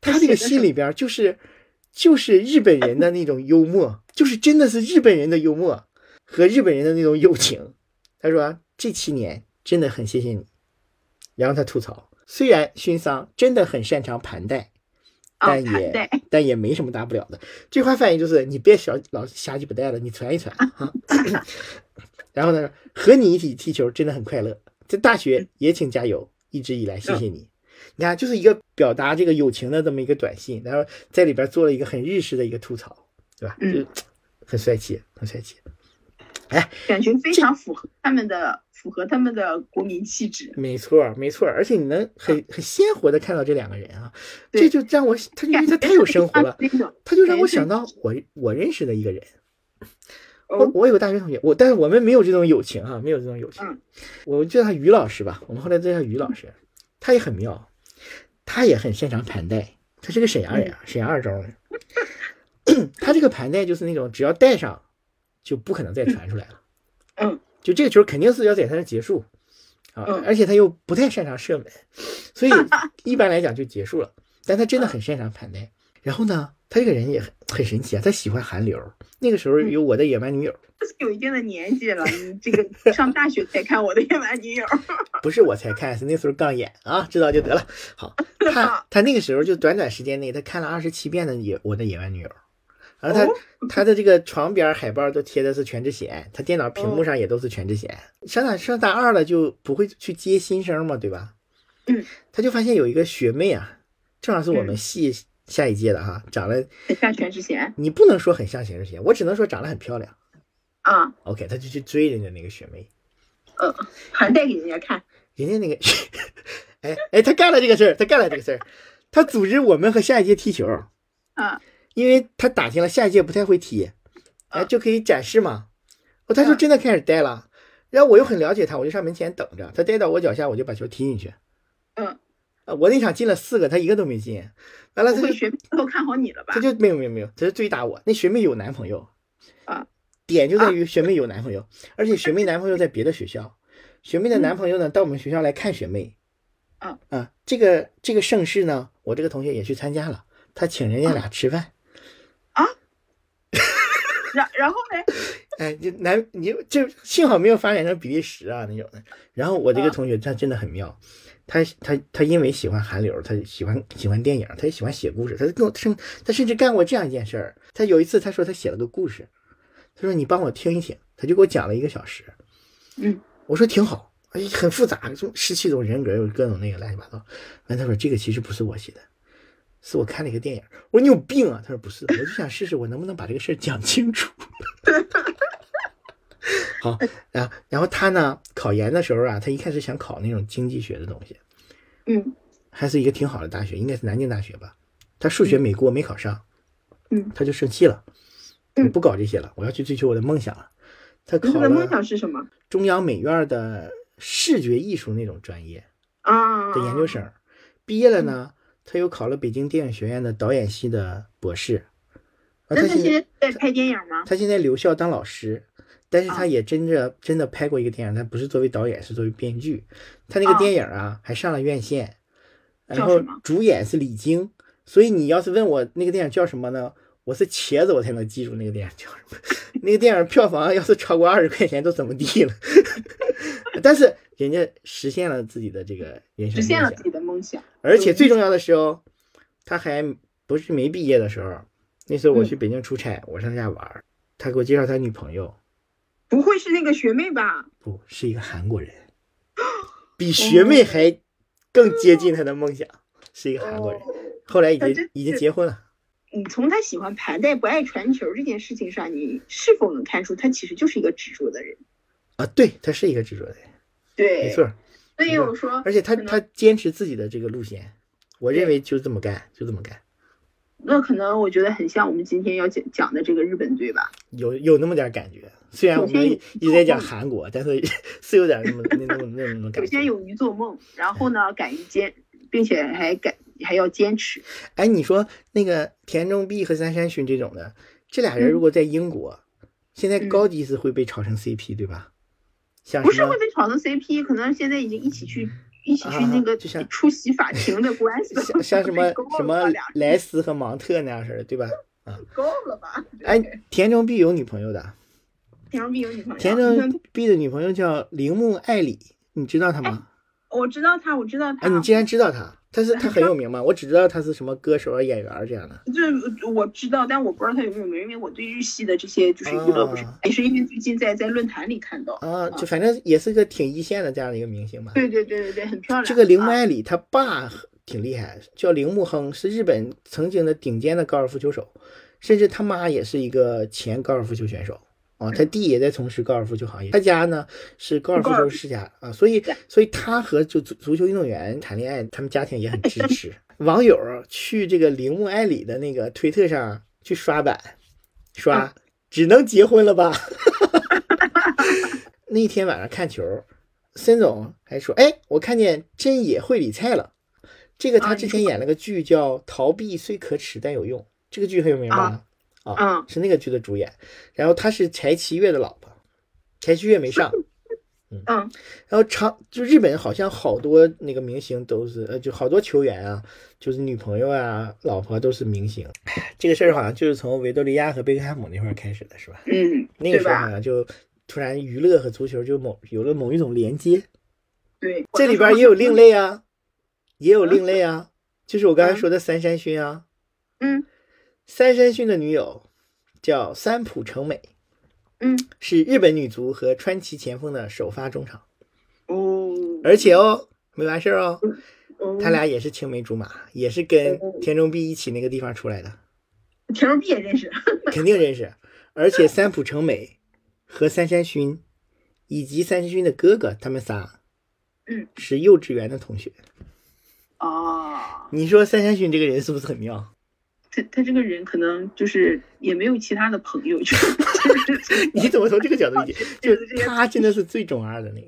S2: 他这个信里边就是就是日本人的那种幽默，就是真的是日本人的幽默和日本人的那种友情。他说、这七年真的很谢谢你，然后他吐槽，虽然熏桑真的很擅长盘带。
S3: 啊
S2: 但
S3: 盘
S2: 也、
S3: 带
S2: 但也没什么大不了的。这话翻译就是你别小老瞎鸡巴带了，你传
S3: (laughs)
S2: 一传啊。 (coughs) 然后呢，和你一起踢球真的很快乐，在大学也请加油，一直以来谢谢你。你看，就是一个表达这个友情的这么一个短信，然后在里边做了一个很日式的一个吐槽，对吧？就
S3: 嗯
S2: 是很帅气，很帅气。
S3: 感觉非常符合他们的，符合他们的国民气质，
S2: 没错儿，没错儿，而且你能
S3: (laughs)
S2: 很很鲜活的看到这两个人啊，
S3: 对
S2: 这就让我他就因为他太有生活了，
S3: 那种，
S2: 他就让我
S3: 感觉
S2: 想到我我认识的一个人。我
S3: 哦，
S2: 我有个大学同学，我但是我们没有这种友情啊，没有这种友情
S3: 嗯。
S2: 我就叫他于老师吧，我们后来都叫他于老师，他也很妙，他也很擅长盘带，他是个沈阳人啊，沈阳二中人。他这个盘带就是那种只要带上，就不可能再传出来了。
S3: 嗯，
S2: 就这个球肯定是要在他那结束啊
S3: 嗯，
S2: 而且他又不太擅长射门，
S3: (laughs)
S2: 所以一般来讲就结束了。但他真的很擅长盘带。然后呢，他这个人也很很神奇啊，他喜欢韩流。那个时
S3: 嗯
S2: 候有我的野蛮女友，
S3: 就是有一定的年纪了，你这
S2: (laughs)
S3: 个上大学才看我的野蛮女友，
S2: 不是我才看，是那时候刚演啊，知道就得了。好，
S3: 嗯
S2: 他他那个时候就短短时间内，他看了二十七遍的野我的野蛮女友，然后他、
S3: 哦
S2: 他的这个床边海报都贴的是全智贤，他电脑屏
S3: 哦
S2: 幕上也都是全智贤。上大上大二了就不会去接新生嘛，对吧？
S3: 嗯，
S2: 他就发现有一个学妹啊，正好是我们
S3: 嗯
S2: 系下一届的哈，长得
S3: 很像全智贤
S2: 你不能说很像全智贤，我只能说长得很漂亮。
S3: 啊，
S2: OK，他就去追人家那个学妹，
S3: 还带给人家看，
S2: 人家那个， (laughs) 哎哎，他干了这个事儿，他干了这个事儿，他组织我们和下一届踢球，
S3: 啊，
S2: 因为他打听了下一届不太会踢，哎，就可以展示嘛。哦，他就真的开始呆了，然后我又很了解他，我就上门前等着，他呆到我脚下，我就把球踢进去。
S3: 嗯，
S2: 啊，我那场进了四个，他一个都没进，完了
S3: 不
S2: 他
S3: 会
S2: 就
S3: 学妹都看好你了吧
S2: 他？就没有没有没有，他就追打我。那学妹有男朋友
S3: 啊，
S2: 点就在于学妹有男朋友，而且学妹男朋友在别的学校，学妹的男朋友呢到我们学校来看学妹，
S3: 嗯啊
S2: 啊，这个这个盛世呢，我这个同学也去参加了，他请人家俩吃饭，
S3: 然然后呢？
S2: 哎，就男你就幸好没有发展成比利时啊那种的。然后我这个
S3: 啊
S2: 同学他真的很妙，他他他因为喜欢韩流，他喜欢喜欢电影，他也喜欢写故事，他跟我甚他甚至干过这样一件事儿。他有一次他说他写了个故事，他说你帮我听一听，他就给我讲了一个小时。
S3: 嗯，
S2: 我说挺好，哎，很复杂，就十七种人格，有各种那个乱七八糟。完他说这个其实不是我写的。是我看了一个电影，我说你有病啊！他说不是，我就想试试我能不能把这个事儿讲清楚。好，啊
S3: 呃
S2: 然后然后他呢，考研的时候啊，他一开始想考那种经济学的东西，
S3: 嗯
S2: 还是一个挺好的大学，应该是南京大学吧。他数学没过，没考上，
S3: 嗯，
S2: 他就生气了，
S3: 嗯
S2: 我不搞这些了，我要去追求我的梦想了。他
S3: 你
S2: 考
S3: 的梦想
S2: 了
S3: 是什么
S2: 中央美院的视觉艺术那种专业
S3: 啊？
S2: 的研究生，毕业了
S3: 嗯
S2: 呢，他又考了北京电影学院的导演系的博士。啊，
S3: 那他
S2: 他
S3: 现
S2: 现在
S3: 在在拍电影吗？
S2: 他现在留校当老师，但是他
S3: 啊
S2: 也真的真的拍过一个电影，他不是作为导演，是作为编剧。他那个
S3: 啊
S2: 电影啊，还上了院线，然
S3: 叫
S2: 后
S3: 什么
S2: 主演是李菁。所以你要是问我那个电影叫什么呢？我是茄子，我才能记住那个电影叫
S3: (laughs)
S2: 什么。那个电影票房要是超过二十块钱都怎么地了？ (laughs) 但是人家实现了自己的这个人
S3: 实
S2: 生
S3: 现
S2: 梦
S3: 了
S2: 想
S3: 自己的梦想，
S2: 而且最重要的是哦，他还不是没毕业的时候，那时候我
S3: 嗯
S2: 去北京出差，我上他家玩儿，他给我介绍他女朋友，
S3: 不会是那个学妹吧？
S2: 不是一个韩国人，比学妹还更接近他的梦想，是一个韩国人。后来已
S3: 那
S2: 经
S3: 真
S2: 已经
S3: 是
S2: 结婚了，
S3: 你哦嗯从他喜欢盘带不爱传球这件事情上，你是否能看出他其实就是一个执着的人？
S2: 啊，对他是一个执着的人，
S3: 对，
S2: 没错儿，
S3: 所以我说，
S2: 而且他
S3: 可能
S2: 他坚持自己的这个路线，我认为就这么干，就这么干，
S3: 那可能我觉得很像我们今天要讲讲的这个日本队吧。
S2: 有有那么点儿感觉。虽然
S3: 首
S2: 我们
S3: 先
S2: 一一直在讲韩国，但是 (laughs) 是有点儿那么那那种那种感觉。
S3: 首先勇于做梦，然后呢，敢于坚，并且还敢还要坚持。
S2: 哎，你说那个田中碧和三山勋这种的，这俩人如果在英国，现在
S3: 嗯
S2: 高级是会被炒成 CP 对吧？像
S3: 不
S2: 什
S3: 是
S2: 么
S3: 会被炒成 CP，可能现在已经一起去一起去
S2: 啊
S3: 那个
S2: 就像
S3: 出席法庭的关系都 (laughs)
S2: 像像什么
S3: 被勾了
S2: 什么
S3: 俩人
S2: 莱斯和芒特那样式的对吧？
S3: 勾了吧？
S2: 哎
S3: 对，
S2: 田中碧有女朋友的，
S3: 田中碧有女朋友，
S2: 田
S3: 你看
S2: 中碧的女朋友叫铃木爱里，你知道她吗？
S3: 我知道他，我知道他，
S2: 啊，你竟然知道她？她是她很有名吗？我只知道她是什么歌手啊、演员儿这样的。
S3: 就是我知道，但我不知道他有没有名，因为我对日系的这些就是娱乐不是，
S2: 啊
S3: 也是因为最近在在论坛里看到。
S2: 啊，就反正也是个挺一线的这样的一个明星吧。
S3: 对对对对对，很漂亮。
S2: 这个铃木
S3: 啊
S2: 爱里他爸挺厉害，叫铃木亨，是日本曾经的顶尖的高尔夫球手，甚至他妈也是一个前高尔夫球选手啊，
S3: 嗯
S2: 他弟也在从事高尔夫球行业，他家呢是高尔夫球世家啊，所以所以他和就足足球运动员谈恋爱，他们家庭也很支持。网友去这个铃木爱里的那个推特上去刷版，刷
S3: 嗯
S2: 只能结婚了吧？那天晚上看球，森总还说：“哎，我看见真野会理财了。这个他
S3: 啊
S2: 之
S3: 你
S2: 前演了个剧叫《逃避虽可耻但有用》，这个剧很有名吧？
S3: 啊
S2: 啊
S3: 嗯，
S2: 是那个剧的主演。然后她是柴崎岳的老婆，柴崎岳没
S3: (laughs)
S2: 上。
S3: 嗯，
S2: 然后长就日本好像好多那个明星都是呃，就好多球员啊，就是女朋友啊、老婆都是明星。 (sighs) 唉这个事儿好像就是从维多利亚和贝克汉姆那块儿开始的，是吧？
S3: 嗯，
S2: 那个
S3: 对
S2: 时候好
S3: 吧？
S2: 像就突然娱乐和足球就某有了某一种连接。
S3: 对，
S2: 这里边也有另，类啊，也有另类啊，就是我刚才说的三山勋啊，
S3: 嗯
S2: 三山勋的女友叫三浦成美，
S3: 嗯，
S2: 是日本女足和川崎前锋的首发中场，
S3: 哦，
S2: 而且哦，没完事儿哦，
S3: 哦
S2: 他俩也是青梅竹马，也是跟田中碧一起那个地方出来的，
S3: 田中碧也认识，
S2: 肯定认识。而且三浦成美和三山勋，以及三山勋的哥哥，他们仨，
S3: 嗯，
S2: 是幼稚园的同学。
S3: 哦，
S2: 你说三山勋这个人是不是很妙？ (laughs)
S3: 他他这个人可能就是也没有其他的朋友，就是
S2: 你怎么从这个角度理解？
S3: (laughs)
S2: 就
S3: 就是这些
S2: 他真的是最中二的那个，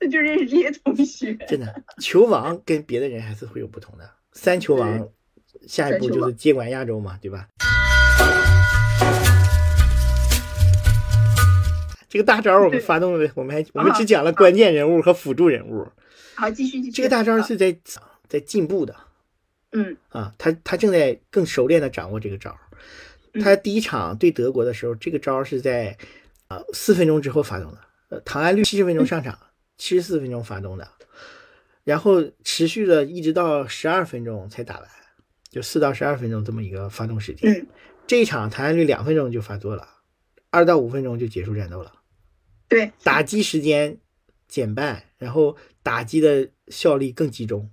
S3: 他 (laughs) 就认识这些同学，
S2: 真的。球王跟别的人还是会有不同的。三球王，下一步
S3: 三球
S2: 就是
S3: 王
S2: 接管亚洲嘛，对吧？ (laughs) 这个大招我们
S3: 对啊
S2: 发动了，我们还我们只讲了关键人物和辅助人物。
S3: 好，继续继续，
S2: 这个大招是在在进步的
S3: 嗯
S2: 啊，他他正在更熟练的掌握这个招。他第一场对德国的时候，这个招是在啊四、分钟之后发动的。呃，唐安绿七十分钟上场，七十四分钟发动的，然后持续了一直到十二分钟才打完，就四到十二分钟这么一个发动时间。
S3: 嗯
S2: 这一场唐安绿两分钟就发作了，二到五分钟就结束战斗了。
S3: 对，
S2: 打击时间减半，然后打击的效力更集中。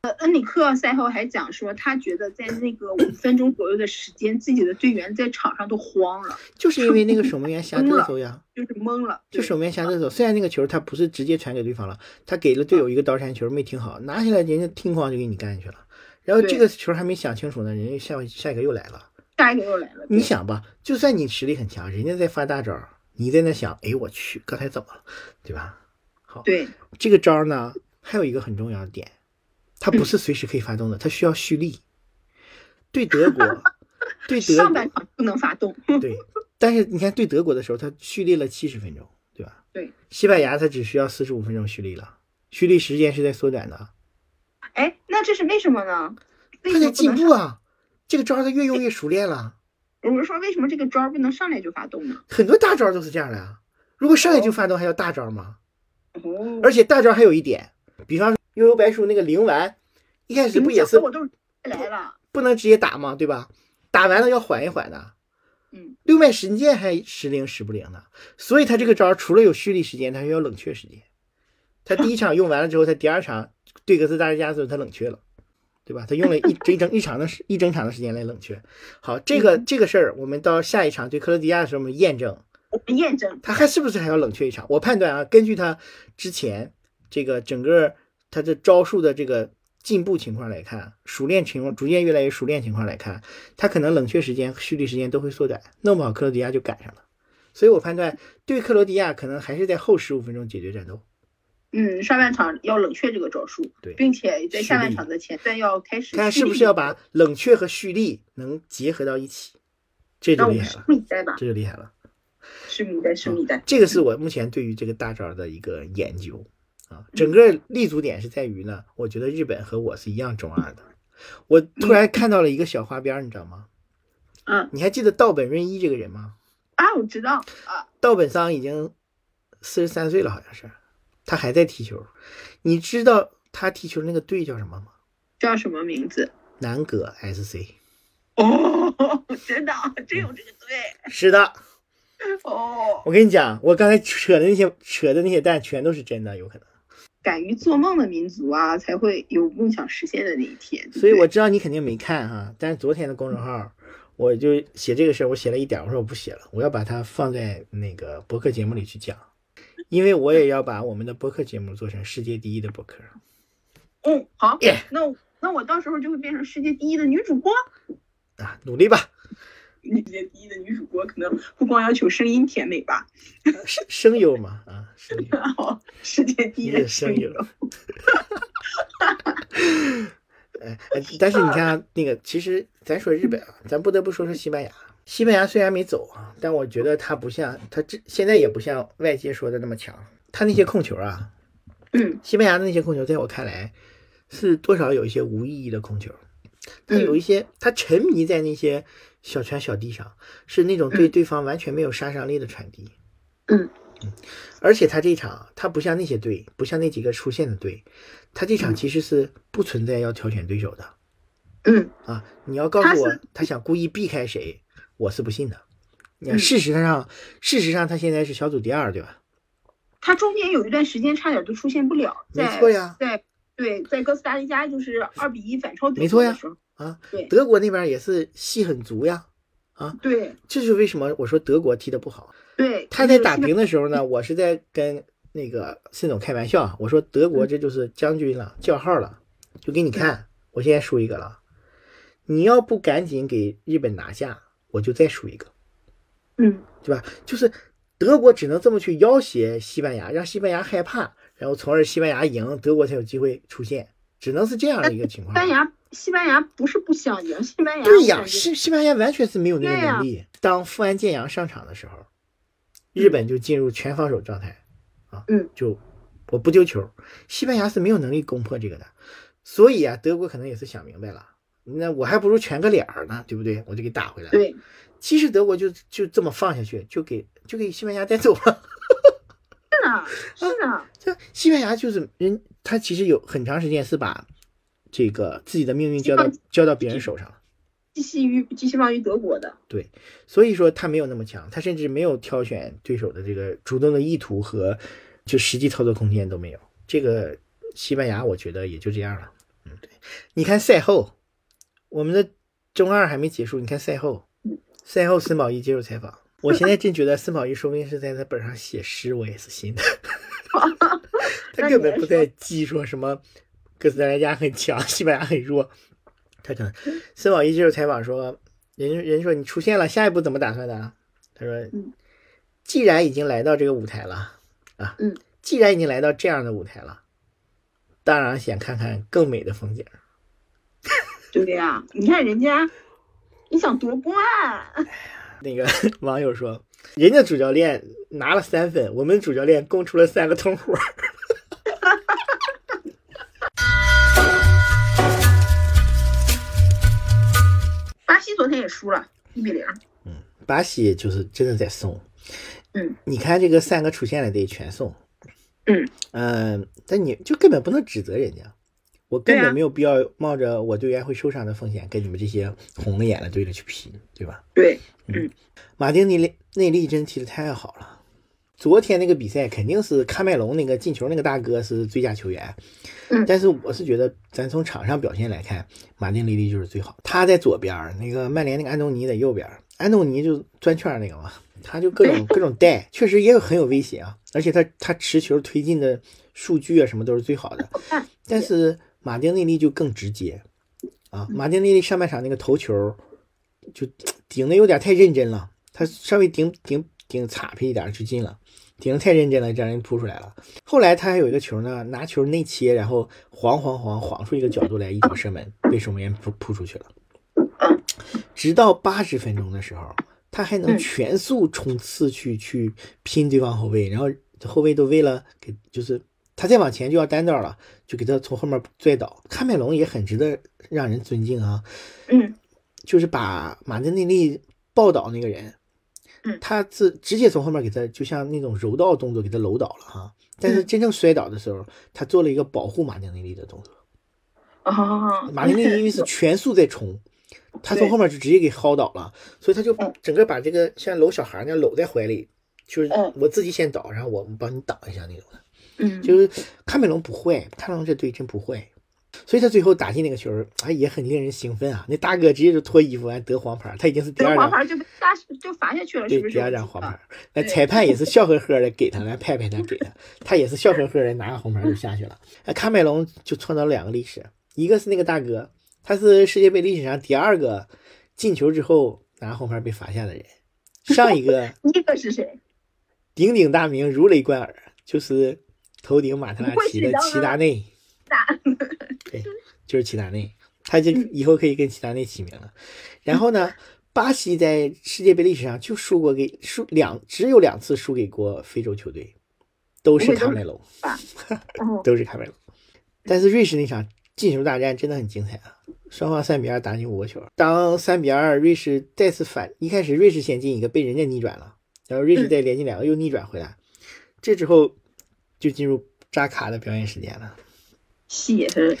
S3: 呃，恩里克赛后还讲说，他觉得在那个五分钟左右的时间，自己的队员在场上都慌了，
S2: 就是因为那个
S3: (laughs)
S2: 守门员瞎嘚瑟呀，
S3: 就是懵了，
S2: 就
S3: 对
S2: 守门员瞎嘚瑟。虽然那个球他不是直接传给对方了，他给了队友一个倒铲球没停好，拿下来人家听框就给你干下去了。然后这个球还没想清楚呢，人家下一下一个又来了。
S3: 下一个又来了，
S2: 你
S3: 对
S2: 想吧，就算你实力很强，人家在发大招，你在那想，哎我去，刚才怎么了，对吧？好，
S3: 对，
S2: 这个招呢，还有一个很重要的点，它
S3: 嗯
S2: 不是随时可以发动的，它需要蓄力。对
S3: (laughs)
S2: 德国，对德
S3: 上
S2: 国
S3: 半场不能发动， (laughs)
S2: 对，但是你看对德国的时候，他蓄力了七十分钟，对吧？
S3: 对，
S2: 西班牙他只需要四十五分钟蓄力了，蓄力时间是在缩短的，
S3: 哎，那这是为什么呢？为什
S2: 他在
S3: 么不
S2: 进
S3: 能
S2: 步啊，这个招他越用越熟练了，
S3: 我是说，为什么这个招儿不能上来就发动呢？
S2: 很多大招都是这样的啊。如果上来就发动，还叫大招吗？
S3: 哦，
S2: 而且大招还有一点，比方说悠悠白书那个灵丸，一开始不也是
S3: 我都来了，
S2: 不能直接打嘛，对吧？打完了要缓一缓的。
S3: 嗯，
S2: 六脉神剑还时灵时不灵呢，所以他这个招除了有蓄力时间，他还要冷却时间。他第一场用完了之后，他第二场对格斯达黎加的时候，他冷却了，对吧？他用了一整整一场的时一整场的时间来冷却。好，这个这个事儿，我们到下一场对克罗地亚的时候，我们验证
S3: 我们验证，
S2: 他还是不是还要冷却一场？我判断啊，根据他之前这个整个他的招数的这个进步情况来看，熟练情况逐渐越来越熟练情况来看，他可能冷却时间、蓄力时间都会缩短，弄不好克罗地亚就赶上了。所以我判断，对克罗地亚可能还是在后十五分钟解决战斗。
S3: 嗯，上半场要冷却这个招数，
S2: 对
S3: 并且在下
S2: 蓄
S3: 半
S2: 力
S3: 场的前段要开始蓄力，
S2: 看是不是要把冷却和蓄力能结合到一起，这
S3: 让
S2: 就
S3: 我
S2: 厉
S3: 们
S2: 害
S3: 拭
S2: 了，
S3: 目以待吧，
S2: 这就厉害了。
S3: 拭目以待，拭目以待。
S2: 这个是我目前对于这个大招的一个研究啊。整个立足点是在于呢，我觉得日本和我是一样中二的。我突然看到了一个小花边儿，你知道吗？
S3: 嗯
S2: 你还记得道本润一这个人吗？
S3: 啊，我知道啊，
S2: 道本桑已经四十三岁了，好像是，他还在踢球。你知道他踢球那个队叫什么吗？
S3: 叫什么名字？
S2: 南葛 SC。
S3: 哦，真的真有这个队
S2: 是的，
S3: 哦，
S2: 我跟你讲，我刚才扯的那些扯的那些蛋全都是真的，有可能。
S3: 敢于做梦的民族啊，才会有梦想实现的那一 (laughs) 天。对
S2: 所以
S3: 不
S2: 我
S3: 对
S2: 知道你肯定没看哈、但是昨天的公众号，我就写这个事儿，我写了一点儿，我说我不写了，我要把它放在那个播客节目里去讲，因为我也要把我们的播客节目做成世界第一的播客。
S3: 嗯，好
S2: Yeah，
S3: 那我那我到时候就会变成世界第一的女主播。
S2: 啊，努力吧，
S3: 世界第一的女主播，可能不光要求声音甜美吧，
S2: 声声优嘛啊，声优。
S3: 然后世界第一的声
S2: 你
S3: 优
S2: 也，呃哎，哎但是你看啊那个，其实咱说日本啊，咱不得不说说西班牙，西班牙虽然没走啊，但我觉得他不像他这现在也不像外界说的那么强。他那些控球啊，
S3: 嗯，
S2: 西班牙的那些控球，在我看来是多少有一些无意义的控球。他
S3: 嗯
S2: 有一些，他沉迷在那些小传小递上，是那种对对方完全没有杀伤力的传递。
S3: 嗯
S2: 嗯而且他这场，他不像那些队，不像那几个出线的队，他这场其实是不存在要挑选对手的。
S3: 嗯
S2: 啊，你要告诉我
S3: 他是
S2: 他想故意避开谁，我是不信的。你
S3: 嗯
S2: 看事实上，事实上他现在是小组第二，对吧？
S3: 他中间有一段时间差点就出现不了，
S2: 没
S3: 在
S2: 错呀
S3: 在对在哥斯达黎加就是二比一反超德
S2: 没错
S3: 国
S2: 呀
S3: 的时候，
S2: 啊，
S3: 对
S2: 德国那边也是戏很足呀，
S3: 对
S2: 这就是为什么我说德国踢得不好。
S3: 对，
S2: 他在
S3: 嗯就是
S2: 打
S3: 西班
S2: 平的时候呢，我是在跟那个孙总开玩笑啊，我说德
S3: 嗯
S2: 国这就是将军了，叫号了，就给你看，我现在输一个了，你要不赶紧给日本拿下，我就再输一个。
S3: 嗯
S2: 对吧？就是德国只能这么去要挟西班牙，让西班牙害怕，然后从而西班牙赢，德国才有机会出现，只能是这样的一个情
S3: 哎西
S2: 况。
S3: 班牙西班牙不是不想赢，西班牙
S2: 对呀，
S3: 感觉
S2: 西西班牙完全是没有那个能力。当富安健洋上场的时候，日本就进入全防守状态，啊，
S3: 嗯，
S2: 就我不丢球，西班牙是没有能力攻破这个的。所以啊，德国可能也是想明白了，那我还不如全个脸儿呢，对不对？我就给打回来了。
S3: 对
S2: 其实德国就就这么放下去，就给就给西班牙带走了。 (laughs)
S3: 是呢是呢，
S2: 这西班牙就是人，他其实有很长时间是把这个自己的命运交到
S3: 西
S2: 交到别人手上了，
S3: 寄希于寄希望于德国的，
S2: 所以说他没有那么强，他甚至没有挑选对手的这个主动的意图和就实际操作空间都没有。这个西班牙我觉得也就这样了。嗯，对，你看赛后，我们的中二还没结束，你看赛后，赛后森宝一接受采访，我现在真觉得森宝一说不定是在他本上写诗，我也是信的。 (laughs) 他根本不在记说什么哥斯达黎加很强，西班牙很弱。他可能森宝一接受采访说，人人说你出现了，下一步怎么打算的啊？他说
S3: 嗯，
S2: 既然已经来到这个舞台了啊，
S3: 嗯，
S2: 既然已经来到这样的舞台了，当然想看看更美的风景。 (laughs)
S3: 对呀，你看人家，你想夺冠，
S2: 那个网友说，人家主教练拿了三分，我们主教练供出了三个通火。 (laughs)
S3: 巴西昨天也输了一比零，
S2: 巴西就是真的在送，
S3: 嗯，
S2: 你看这个三个出现了得全送，
S3: 嗯
S2: 嗯、但你就根本不能指责人家，我根
S3: 对
S2: 本
S3: 啊
S2: 没有必要冒着我队员会受伤的风险跟你们这些红了眼的队里去拼，对吧？
S3: 对
S2: 马丁内利内利真踢得太好了，昨天那个比赛肯定是喀麦隆那个进球那个大哥是最佳球员，
S3: 嗯
S2: 但是我是觉得咱从场上表现来看，马丁内利就是最好，他在左边儿，那个曼联那个安东尼在右边儿，安东尼就转圈儿那个嘛，他就各种各种带，确实也有很有威胁啊，而且他他持球推进的数据啊什么都是最好的，
S3: 好看，
S2: 但是马丁内利就更直接啊，马丁内利上半场那个头球就顶的有点太认真了，他稍微顶顶顶岔劈一点就进了，顶的太认真了，让人扑出来了。后来他还有一个球呢，拿球内切，然后晃晃晃晃出一个角度来，一脚射门，被守门员扑扑出去了。直到八十分钟的时候，他还能
S3: 嗯
S2: 全速冲刺去去拼对方后卫，然后后卫都为了给就是他再往前就要单刀了，就给他从后面拽倒。喀麦隆也很值得让人尊敬啊，
S3: 嗯
S2: 就是把马丁内利抱倒那个人，
S3: 嗯
S2: 他是直接从后面给他就像那种柔道动作给他搂倒了
S3: 嗯
S2: 哈，但是真正摔倒的时候，他做了一个保护马丁内利的动作。
S3: 啊，
S2: 马丁内利因
S3: (laughs)
S2: 为是全速在冲，他从后面就直接给薅倒了，所以他就
S3: 嗯
S2: 整个把这个像搂小孩那样搂在怀里，就是
S3: 嗯
S2: 我自己先倒，然后我帮你挡一下那种的。
S3: 嗯
S2: 就是喀麦隆不坏，喀麦隆这队真不坏，所以他最后打进那个球儿，哎，也很令人兴奋啊！那大哥直接就脱衣服，完得黄牌，他已经是第
S3: 得
S2: 二
S3: 黄
S2: 张，
S3: 牌就被大就罚下去了，是
S2: 对，
S3: 不是？
S2: 第二张黄牌。那
S3: 对
S2: 裁判也是笑呵呵的给他，来拍拍他，给他，他也是笑呵呵的拿个红牌就下去了。哎，喀麦隆就创造了两个历史，一个是那个大哥，他是世界杯历史上第二个进球之后拿红牌被罚下的人，上一个
S3: 一个是谁？
S2: 鼎鼎大名如雷贯耳，啊就是头顶马特拉齐的齐达内。 (laughs) 嗯对，就是齐达内，他就以后可以跟齐达内起名了。然后呢，巴西在世界杯历史上就输过给输两，只有两次输给过非洲球队，都是卡梅隆，
S3: 嗯，
S2: 都是卡梅隆。但是瑞士那场进球大战真的很精彩啊！双方三比二打进五个球，当三比二瑞士再次反，一开始瑞士先进一个被人家逆转了，然后瑞士再连进两个又逆转回来，这之后就进入扎卡的表演时间了。
S3: 戏也是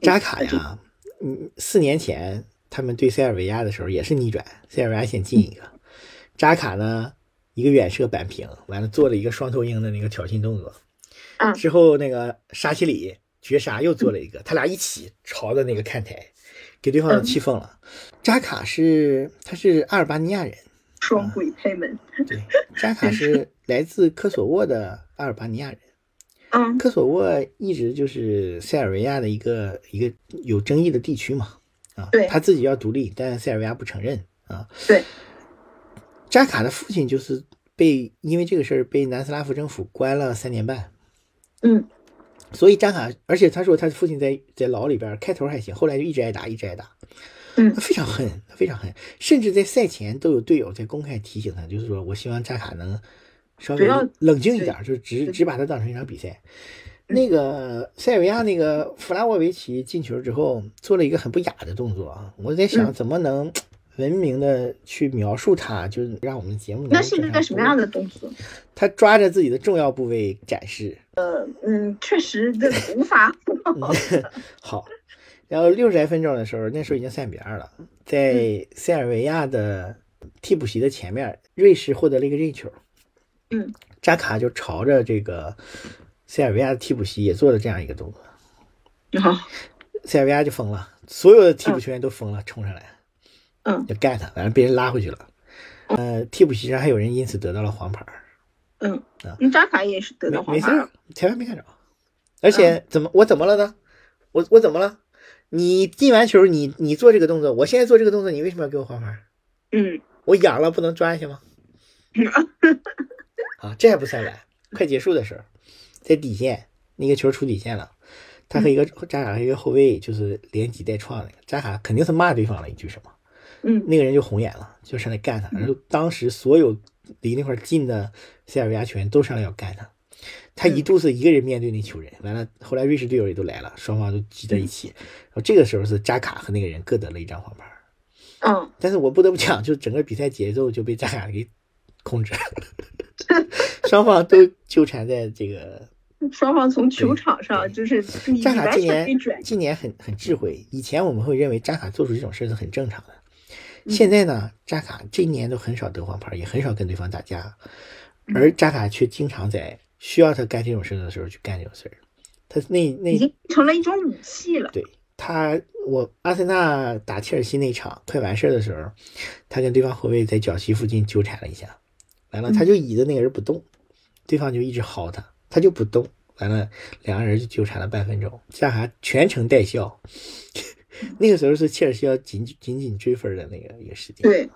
S2: 扎卡呀，嗯，四年前他们对塞尔维亚的时候也是逆转，塞尔维亚先进一个，扎卡呢一个远射扳平，完了做了一个双头鹰的那个挑衅动作
S3: 嗯，
S2: 之后那个沙奇里绝杀又做了一个，他俩一起朝着那个看台，给对方气疯了。扎卡是他是阿尔巴尼亚人，
S3: 双鬼
S2: 嗯
S3: 开门，
S2: 对，扎卡是来自科索沃的阿尔巴尼亚人。
S3: 嗯
S2: 科索沃一直就是塞尔维亚的一个一个有争议的地区嘛，啊，
S3: 对
S2: 他自己要独立，但塞尔维亚不承认啊。
S3: 对，
S2: 扎卡的父亲就是被因为这个事儿被南斯拉夫政府关了三年半，
S3: 嗯，
S2: 所以扎卡，而且他说他父亲在在牢里边开头还行，后来就一直挨打，一直挨打，
S3: 嗯
S2: 他非常恨，他非常恨，甚至在赛前都有队友在公开提醒他，就是说我希望扎卡能稍微
S3: 不要
S2: 冷静一点，就是只只把他当成一场比赛。那个塞尔维亚那个弗拉沃维奇进球之后，做了一个很不雅的动作啊！我在想
S3: 嗯
S2: 怎么能文明的去描述他，就是让我们节目能
S3: 那是一
S2: 正
S3: 个
S2: 常
S3: 什么样的
S2: 播？
S3: 动作？
S2: 他抓着自己的重要部位展示，
S3: 嗯，确实这无
S2: (laughs)
S3: 法，
S2: 好，然后六十来分钟的时候，那时候已经三比二了，
S3: 嗯
S2: 在塞尔维亚的替补席的前面，瑞士获得了一个任意球。
S3: 嗯，
S2: 扎卡就朝着这个塞尔维亚的替补席也做了这样一个动作，
S3: 好，
S2: 啊塞尔维亚就疯了，所有的替补球员都疯了，冲上来，
S3: 嗯
S2: 就干他，完了被人拉回去了。呃，替补席上还有人因此得到了黄牌儿，
S3: 嗯
S2: 啊，
S3: 因为扎卡也是得到
S2: 没
S3: 黄
S2: 没事
S3: 牌
S2: 儿
S3: 了，，
S2: 裁判没看着。而且怎么、我怎么了呢？我我怎么了？你进完球，你你做这个动作，我现在做这个动作，你为什么要给我黄牌？
S3: 嗯，
S2: 我痒了，不能抓一下吗？啊，这还不算完，快结束的时候，在底线那个球出底线了，他和一个扎卡和一个后卫就是连击带撞那个，扎卡肯定是骂对方了一句什么，
S3: 嗯
S2: 那个人就红眼了，就上来干他，然后当时所有离那块近的塞尔维亚球员都上来要干他，他一度是一个人面对那球人，完了后来瑞士队友也都来了，双方都聚在一起，然后这个时候是扎卡和那个人各得了一张黄牌。
S3: 嗯，
S2: 但是我不得不讲，就整个比赛节奏就被扎卡给控制了， (laughs) 双方都纠缠在这个。
S3: 双方从球场上
S2: 对
S3: 就是你你
S2: 扎卡
S3: 完
S2: 今
S3: 全可以
S2: 年
S3: 转移，
S2: 今年很很智慧，以前我们会认为扎卡做出这种事是很正常的，
S3: 嗯
S2: 现在呢，扎卡这一年都很少得黄牌，也很少跟对方打架，而
S3: 嗯
S2: 扎卡却经常在需要他干这种事的时候去干这种事儿，他那那
S3: 已经成了一种武器了。
S2: 对他，我阿森纳打切尔西那场快完事儿的时候，他跟对方后卫在角旗附近纠缠了一下，完了他就倚着那个人不动，对方就一直薅他，他就不动，完了两个人就纠缠了半分钟，这还全程带笑。 (laughs) 那个时候是切尔西要紧紧紧追分的那个一个时间，
S3: 对，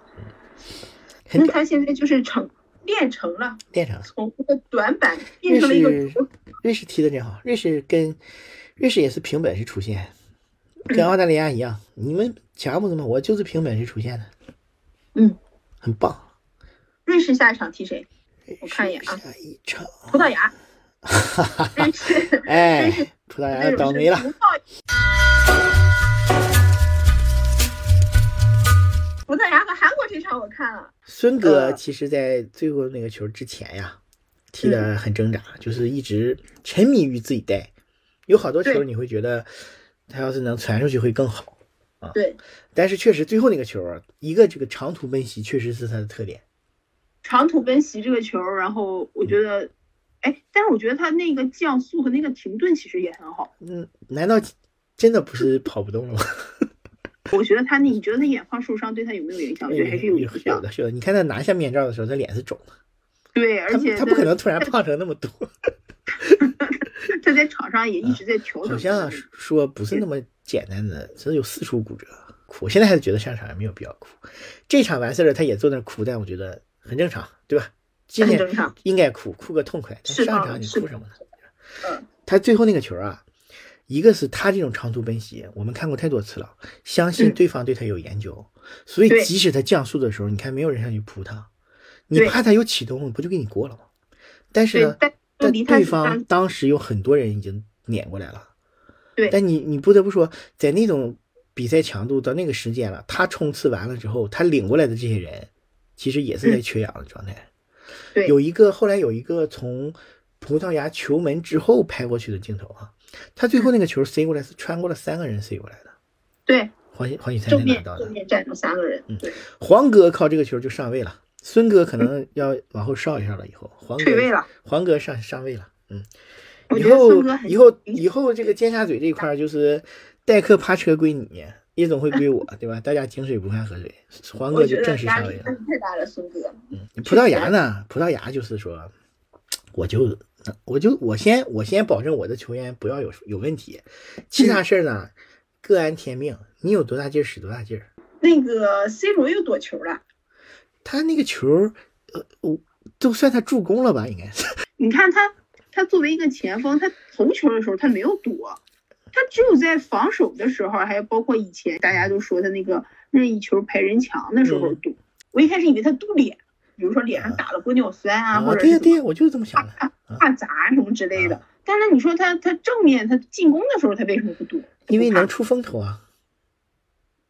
S2: 很
S3: 那
S2: 短
S3: 他现在就是成练成了，
S2: 练上了。
S3: 从一个短板变
S2: 瑞
S3: 成了一个
S2: 士瑞士踢的真好，瑞士跟瑞士也是平本是出线，
S3: 嗯
S2: 跟澳大利亚一样，你们强不怎么，我就是平本是出线的，
S3: 嗯，
S2: 很棒。
S3: 瑞士下一场踢谁？我看一眼啊
S2: 下一场，
S3: 葡萄
S2: (laughs)
S3: 牙。瑞士，
S2: 哎，
S3: (laughs)
S2: 葡萄牙
S3: 瑞士
S2: 倒霉了
S3: 葡。萄葡萄牙和韩国这场我看了，
S2: 孙哥
S3: 呃
S2: 其实，在最后那个球之前呀，
S3: 嗯
S2: 踢得很挣扎，就是一直沉迷于自己带，有好多球
S3: 对
S2: 你会觉得他要是能传出去会更好。啊
S3: 对，
S2: 但是确实最后那个球啊，一个这个长途奔袭确实是他的特点。
S3: 长途奔袭这个球，然后我觉得，哎，但是我觉得他那个降速和那个停顿其实也很好。
S2: 嗯，难道真的不是跑
S3: (laughs)
S2: 不动了吗？
S3: 我觉得他那，你觉得他眼眶受伤对他有没有影响？我觉得还是有
S2: (laughs)
S3: 影
S2: 有
S3: 响。
S2: 哎的，是有的。你看他拿下面罩的时候，他脸是肿的，
S3: 对，而
S2: 他
S3: 且
S2: 他不可能突然胖成那么多。
S3: 他在场上也一直在调整。
S2: 好像啊说不是那么简单的，只有四处骨折哭。我现在还是觉得上场也没有必要哭。这场完事儿了，他也坐那儿哭，但我觉得很正常，对吧？今
S3: 很
S2: 天
S3: 正常
S2: 应该哭，哭个痛快。但
S3: 是的
S2: 上场你
S3: 是的
S2: 哭什么呢？
S3: 嗯
S2: 他最后那个球啊，一个是他这种长途奔袭，我们看过太多次了，相信
S3: 嗯
S2: 对方对他有研究，所以
S3: 对
S2: 即使他降速的时候，你看没有人上去扑他，你
S3: 对
S2: 怕他有启动，不就给你过了吗？但是
S3: 对
S2: 呢，，
S3: 但
S2: 但
S3: 离他
S2: 对
S3: 远
S2: 方当时有很多人已经撵过来了，
S3: 对
S2: 但你你不得不说，在那种比赛强度到那个时间了，他冲刺完了之后，他领过来的这些人，其实也是在
S3: 嗯
S2: 缺氧的状态。
S3: 对
S2: 有一个后来有一个从葡萄牙球门之后拍过去的镜头啊，他
S3: 嗯
S2: 最后那个球塞过来是穿过了三个人塞过来的，
S3: 对
S2: 黄喜黄喜才
S3: 正
S2: 才拿
S3: 面
S2: 到
S3: 正
S2: 的。
S3: 面站着三个人，
S2: 嗯
S3: 对，
S2: 黄哥靠这个球就上位了，孙哥可能要往后稍一稍了，以后黄
S3: 退位
S2: 哥
S3: 了。
S2: 黄哥上上位了，嗯。
S3: 我
S2: 以
S3: 觉得
S2: 后
S3: 孙哥很嗯
S2: 以后
S3: 影响
S2: 以后这个尖沙咀这一块儿就是代客趴车归你，夜总会归我，对吧？大家井水不犯河水，黄
S3: 我
S2: 哥
S3: 觉
S2: 就正
S3: 得
S2: 式
S3: 压
S2: 上
S3: 力
S2: 位
S3: 真
S2: 了。嗯
S3: 的太大了，孙哥。
S2: 葡萄牙呢？葡萄牙就是说，我就我就我先我先保证我的球员不要有有问题，其他事儿呢，各安天命。你有多大劲儿使多大劲儿。
S3: 那个 C 罗又躲球了，
S2: 他那个球儿，呃，我都算他助攻了吧？应该是。
S3: 你看他，他作为一个前锋，他投球的时候他没有躲，他只有在防守的时候，还有包括以前大家都说他那个任意球排人墙的时候
S2: 嗯
S3: 躲。我一开始以为他堵脸，比如说脸上打了玻尿酸啊，或者
S2: 哦对呀啊
S3: 是
S2: 对呀，我就是这么想的。
S3: 怕砸什么之类的。但是你说他他正面他进攻的时候他为什么不躲？
S2: 因为
S3: 不怕
S2: 能出风头啊！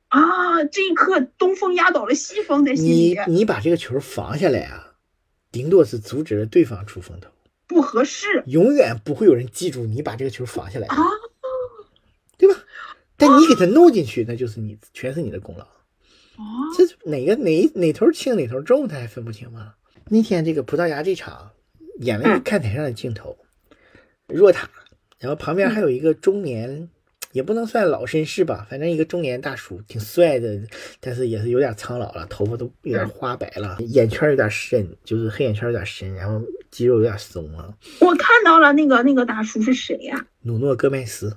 S3: 啊，这一刻东风压倒了西风，在心里
S2: 你你把这个球防下来啊，顶多是阻止了对方出风头，
S3: 不合适
S2: 永远不会有人记住你把这个球防下来，
S3: 啊。
S2: 对吧？但你给他弄进去，那就是你全是你的功劳。
S3: 哦，
S2: 这哪个哪哪头轻哪头重，他还分不清吗？那天这个葡萄牙这场演了一个
S3: 嗯
S2: 看台上的镜头，若塔，然后旁
S3: 嗯
S2: 边还有一个中年，也不能算老绅士吧，反正一个中年大叔，挺帅的，但是也是有点苍老了，头发都有
S3: 嗯
S2: 点花白了，眼圈有点深，就是黑眼圈有点深，然后肌肉有点松了。
S3: 我看到了那个那个大叔是谁呀、
S2: 努诺戈麦斯，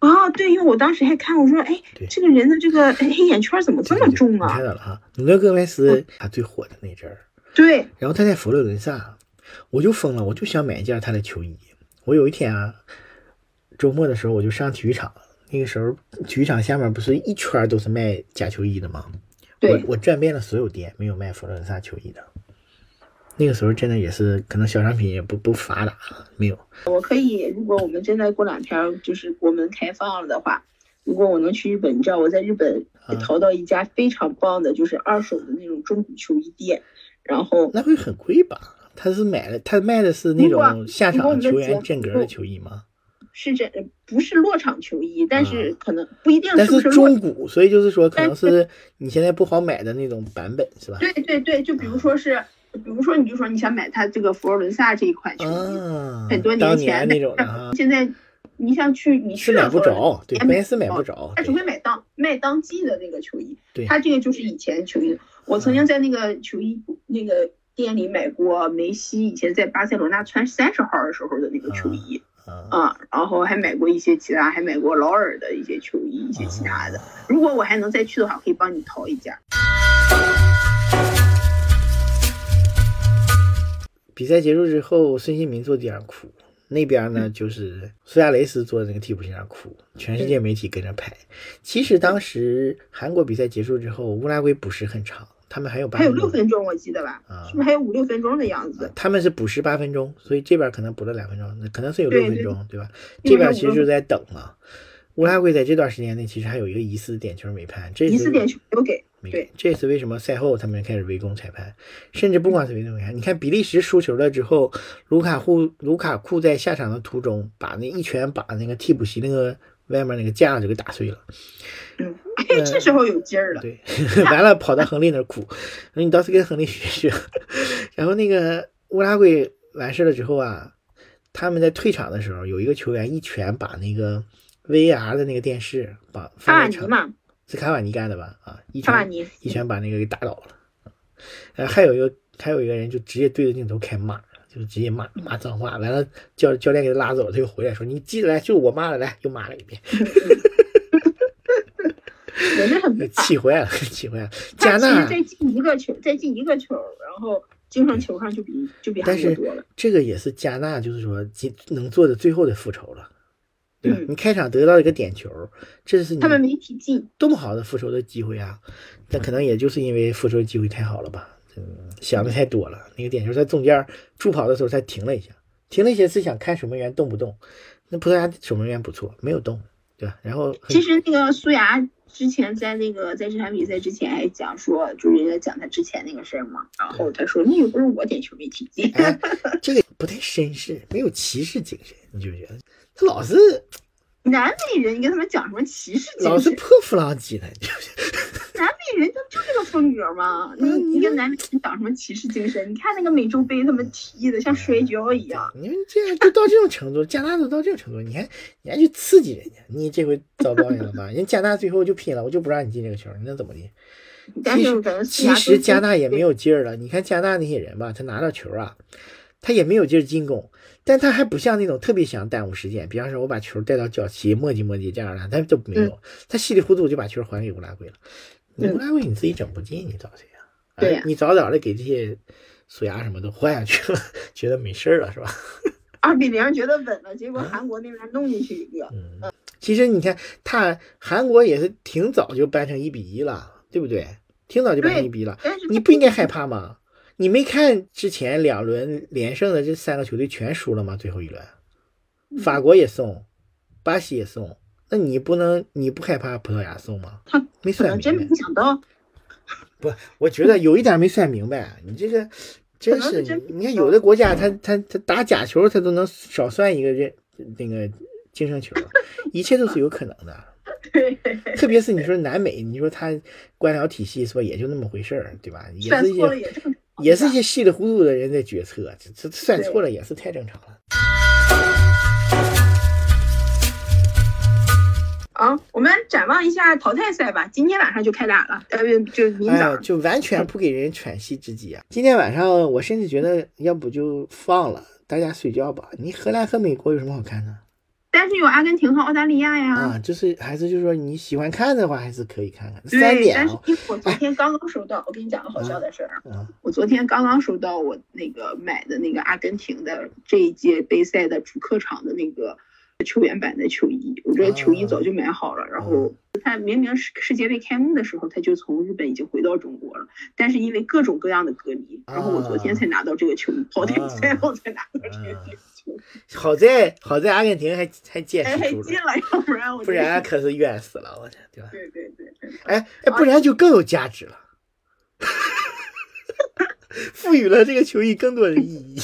S3: 啊，对，因为我当时还看，我说，哎
S2: 对，
S3: 这个人的这个哎黑眼圈怎么这么重
S2: 你
S3: 啊嗯
S2: 看？到了哈，努诺戈麦斯他最火的那阵儿，
S3: 对，
S2: 然后他在佛罗伦萨，我就疯了，我就想买一件他的球衣。我有一天啊，周末的时候我就上体育场，那个时候体育场下面不是一圈都是卖假球衣的吗？我
S3: 对
S2: 我转遍了所有店，没有卖佛罗伦萨球衣的。那个时候真的也是，可能小商品也不不发达，没有。
S3: 我可以，如果我们真的过两天儿就是国门开放了的话，如果我能去日本，你知道我在日本
S2: 啊
S3: 淘到一家非常棒的，就是二手的那种中古球衣店，然后
S2: 那会很贵吧？他是买了，他卖的是那
S3: 如
S2: 种
S3: 果
S2: 下
S3: 如果我们
S2: 场
S3: 的
S2: 球
S3: 节
S2: 员
S3: 目
S2: 正格的球衣吗？
S3: 是这不是落场球衣，但是
S2: 啊
S3: 可能不一定
S2: 但
S3: 是不
S2: 是
S3: 是落
S2: 中古，所以就是说可能
S3: 但
S2: 是你现在不好买的那种版本是吧？
S3: 对对对，就比如说是，比如说你就说你想买它这个佛罗伦萨这一款球衣，
S2: 啊，
S3: 很多
S2: 当
S3: 年
S2: 年
S3: 前
S2: 那种的哈，
S3: 现在你想去 (laughs) 你
S2: 是
S3: 去
S2: 买
S3: 了
S2: 不
S3: 佛罗伦萨，
S2: 着，对，
S3: 也
S2: 关
S3: 买
S2: 键是买
S3: 不
S2: 不着，
S3: 他只
S2: 对
S3: 哦会买当卖当季的那个球衣，
S2: 对嗯
S3: 他这个就是以前的球衣。我曾经在那个球衣那个店里买过梅西以前在巴塞罗那穿三十号的时候的那个球衣
S2: 啊，
S3: 啊、然后还买过一些其他，还买过劳尔的一些球衣，一些其他
S2: 啊
S3: 的。如果我还能再去的话，可以帮你淘一件。
S2: 比赛结束之后，孙兴民坐地上哭，那边
S3: 嗯
S2: 呢就是苏亚雷斯坐那个替补席上哭，全
S3: 嗯
S2: 世界媒体跟着拍。其实当时韩国比赛结束之后，乌拉圭补时很长，他们还有八
S3: 还有
S2: 分
S3: 六
S2: 钟。
S3: 分钟，我记得吧？
S2: 啊
S3: 是不是还有五六分钟的样子？
S2: 他们是补时八分钟，所以这边可能补了两分钟，那可能是有六
S3: 对
S2: 分
S3: 对
S2: 钟，对吧？
S3: 因为
S2: 这边
S3: 有
S2: 其实
S3: 五
S2: 就
S3: 分
S2: 在等啊。乌拉圭在这段时间内其实还有一个疑似点球没判，这
S3: 一
S2: 是
S3: 次点球没有给，
S2: 没
S3: 对
S2: 给，这也是为什么赛后他们开始围攻裁判，甚至不光是围攻裁判。你看比利时输球了之后，卢卡库卢卡库在下场的途中，把那一拳把那个替补席那个外面那个架子给打碎了。
S3: 嗯，
S2: 呃
S3: (laughs) 这时候有劲儿了。
S2: 对， (laughs) 完了跑到亨利那儿哭，说你倒是跟亨利学 (laughs) 学。然后那个乌拉圭完事了之后啊，他们在退场的时候，有一个球员一拳把那个 VR 的那个电视把
S3: 卡
S2: 放
S3: 瓦
S2: 在
S3: 尼
S2: 场
S3: 嘛，
S2: 是卡瓦尼干的吧？啊，一拳
S3: 卡瓦尼，
S2: 一拳把那个给打倒了。呃，还有一个还有一个人就直接对着镜头开骂，就直接骂骂脏话，完了教教练给他拉走了，他又回来说：“你记着来，就我骂了，来又骂了一遍，
S3: 人家很不惨。
S2: 气坏了，气坏了。”加
S3: 嗯他其
S2: 纳
S3: 实再进一个球，再进一个球，然后经常球上就比就比
S2: 但
S3: 韩国
S2: 是
S3: 多了。
S2: 这个也是加纳，就是说即能做的最后的复仇了。对吧
S3: 嗯
S2: 你开场得到一个点球，这是你
S3: 他们没踢进，
S2: 多么好的复仇的机会啊！但可能也就是因为复仇机会太好了吧，嗯想的太多了。那个点球在中间助跑的时候，他停了一下，停了一下是想看守门员动不动。那葡萄牙守门员不错，没有动，对吧？然后很
S3: 其实那个苏牙之前在那个在这场比赛之前还讲说，就是人家讲他之前那个事儿嘛，然后他说那又不是我点球没踢进，
S2: 哎，这个不太绅士，没有骑士精神，你觉不觉得？他老是
S3: 南美人你跟他们讲什么歧视
S2: 老
S3: 精
S2: 是
S3: 神？
S2: 破弗朗基的，你觉不觉得？
S3: 南美人他们就这个风格嘛，你
S2: 嗯
S3: 你跟南美人讲什么歧视精神？你看那个美洲杯他们踢的像摔跤一样，
S2: 你们这样都到这种程度，加拿大都到这种程度，你还你还去刺激人家，你这回遭报应了吧？人加拿大最后就拼了，我就不让你进这个球，你能怎么的？
S3: 但是可能苏
S2: 嗯其
S3: 牙
S2: 实加
S3: 大
S2: 纳也没有劲儿了。你看加纳那些人吧，他拿到球啊，他也没有劲儿进攻，但他还不像那种特别想耽误时间，比方说我把球带到脚旗磨叽磨叽这样的，他都没有，他稀里糊涂就把球还给乌拉圭了。你
S3: 嗯
S2: 乌拉圭你自己整不进，你找谁啊？
S3: 对呀
S2: 哎你早早的给这些苏牙什么都换下去了， (laughs) 觉得没事儿了是吧？
S3: 二比零觉得稳了，结果韩国那边弄进去一个，
S2: 嗯，其实你看，他韩国也是挺早就扳成一比一了，对不对？挺早就扳成一
S3: 对
S2: 比一了。
S3: 但是
S2: 你不应该害怕吗？你没看之前两轮连胜的这三个球队全输了吗？最后一轮，
S3: 嗯
S2: 法国也送，巴西也送，那你不能你不害怕葡萄牙送吗？
S3: 他
S2: 没
S3: 可
S2: 算
S3: 能真
S2: 明
S3: 没
S2: 白，
S3: 想到， (laughs)
S2: 不，我觉得有一点没算明白，你这
S3: (laughs)
S2: 个真
S3: 可能
S2: 是
S3: 是真，嗯
S2: 你看有的国家他他他打假球他都能少算一个任那个净胜球，一切都是有可能的。
S3: (laughs) 对，
S2: 特别是你说南美，你说他官僚体系是吧，也就那么回事儿，对吧？也
S3: 算
S2: 是一
S3: 错了
S2: 些
S3: 也正常，
S2: 也是一些稀里糊涂的人在决策，这这算错了也是太正常了。
S3: 啊，我们展望一下淘汰赛吧，今天晚上就开打了，呃，就明
S2: 哎
S3: 早
S2: 呀，就完
S3: 嗯
S2: 全不给人喘息之机啊！今天晚上我甚至觉得，要不就放了，大家睡觉吧。你荷兰和美国有什么好看的
S3: 但是有阿根廷和澳大利亚呀。
S2: 啊？就是还是就是说你喜欢看的话，还是可以看看。
S3: 对，
S2: 三点
S3: 但是
S2: 啊，
S3: 因为我昨天刚刚收到，我跟你讲个好笑的事儿啊，
S2: 嗯
S3: 我昨天刚刚收到我那个买的那个阿根廷的这一届杯赛的主客场的那个球员版的球衣，我这球衣早就买好了，然后
S2: 啊
S3: 他明明世世界杯开幕的时候他就从日本已经回到中国了，但是因为各种各样的隔离，然后我昨天
S2: 啊
S3: 才拿到这个球衣，淘汰赛后才拿到这个球衣，
S2: 好在好在阿根廷还还坚
S3: 哎，
S2: 持
S3: 还
S2: 住
S3: 进
S2: 了，
S3: 了，要不然我
S2: 不
S3: 真是
S2: 然可是冤死了，我这对吧？
S3: 对对对对，
S2: 哎哎，
S3: 啊
S2: 不然就更有价值了， (laughs) 赋予了这个球衣更多的意义。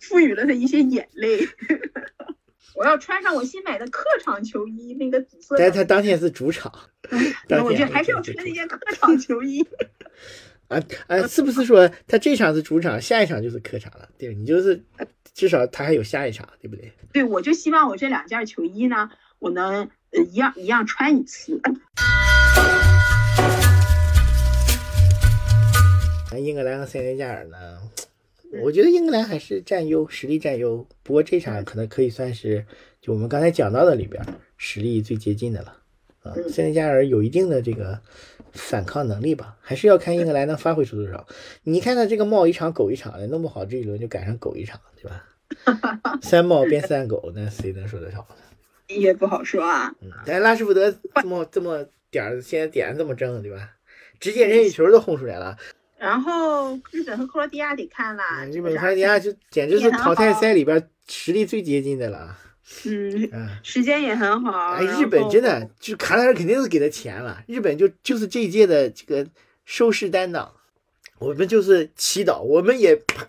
S3: 赋予了他一些眼泪。 (laughs) 我要穿上我新买的客场球衣，那个紫色
S2: 但是
S3: 的，
S2: 他当天是主场，
S3: 那
S2: 当
S3: 我觉
S2: 天
S3: 得还是要
S2: 主
S3: 穿
S2: 场
S3: 那件客场球衣。 (laughs)
S2: 啊啊！是不是说他这场是主场，下一场就是客场了？对，你就是至少他还有下一场，对不对？
S3: 对，我就希望我这两件球衣呢，我能呃一样一样穿一次。
S2: 那英格兰和塞内加尔呢？我觉得英格兰还是占优，实力占优。不过这场可能可以算是就我们刚才讲到的里边实力最接近的了。啊，
S3: 嗯
S2: 塞内加尔有一定的这个反抗能力吧，还是要看英格兰能发挥出多少。你看他这个冒一场狗一场的，弄不好这一轮就赶上狗一场，对吧？三冒变三狗，那谁能说得上？
S3: 也不好说啊，
S2: 嗯，但拉什福德这么这么点儿，现在点儿这么正，对吧？直接任意球都轰出来了，
S3: 然后日本和克罗地亚得看啦，
S2: 嗯
S3: 这
S2: 日
S3: 个
S2: 本
S3: 啥
S2: 和人家就简直是淘汰赛里边实力最接近的了。啊
S3: 嗯，
S2: 嗯，
S3: 时间也很好。啊
S2: 哎，
S3: 然
S2: 日本
S3: 后
S2: 真的就卡塔尔肯定是给他钱了，日本就就是这一届的这个收视担当，我们就是祈祷，我们也啪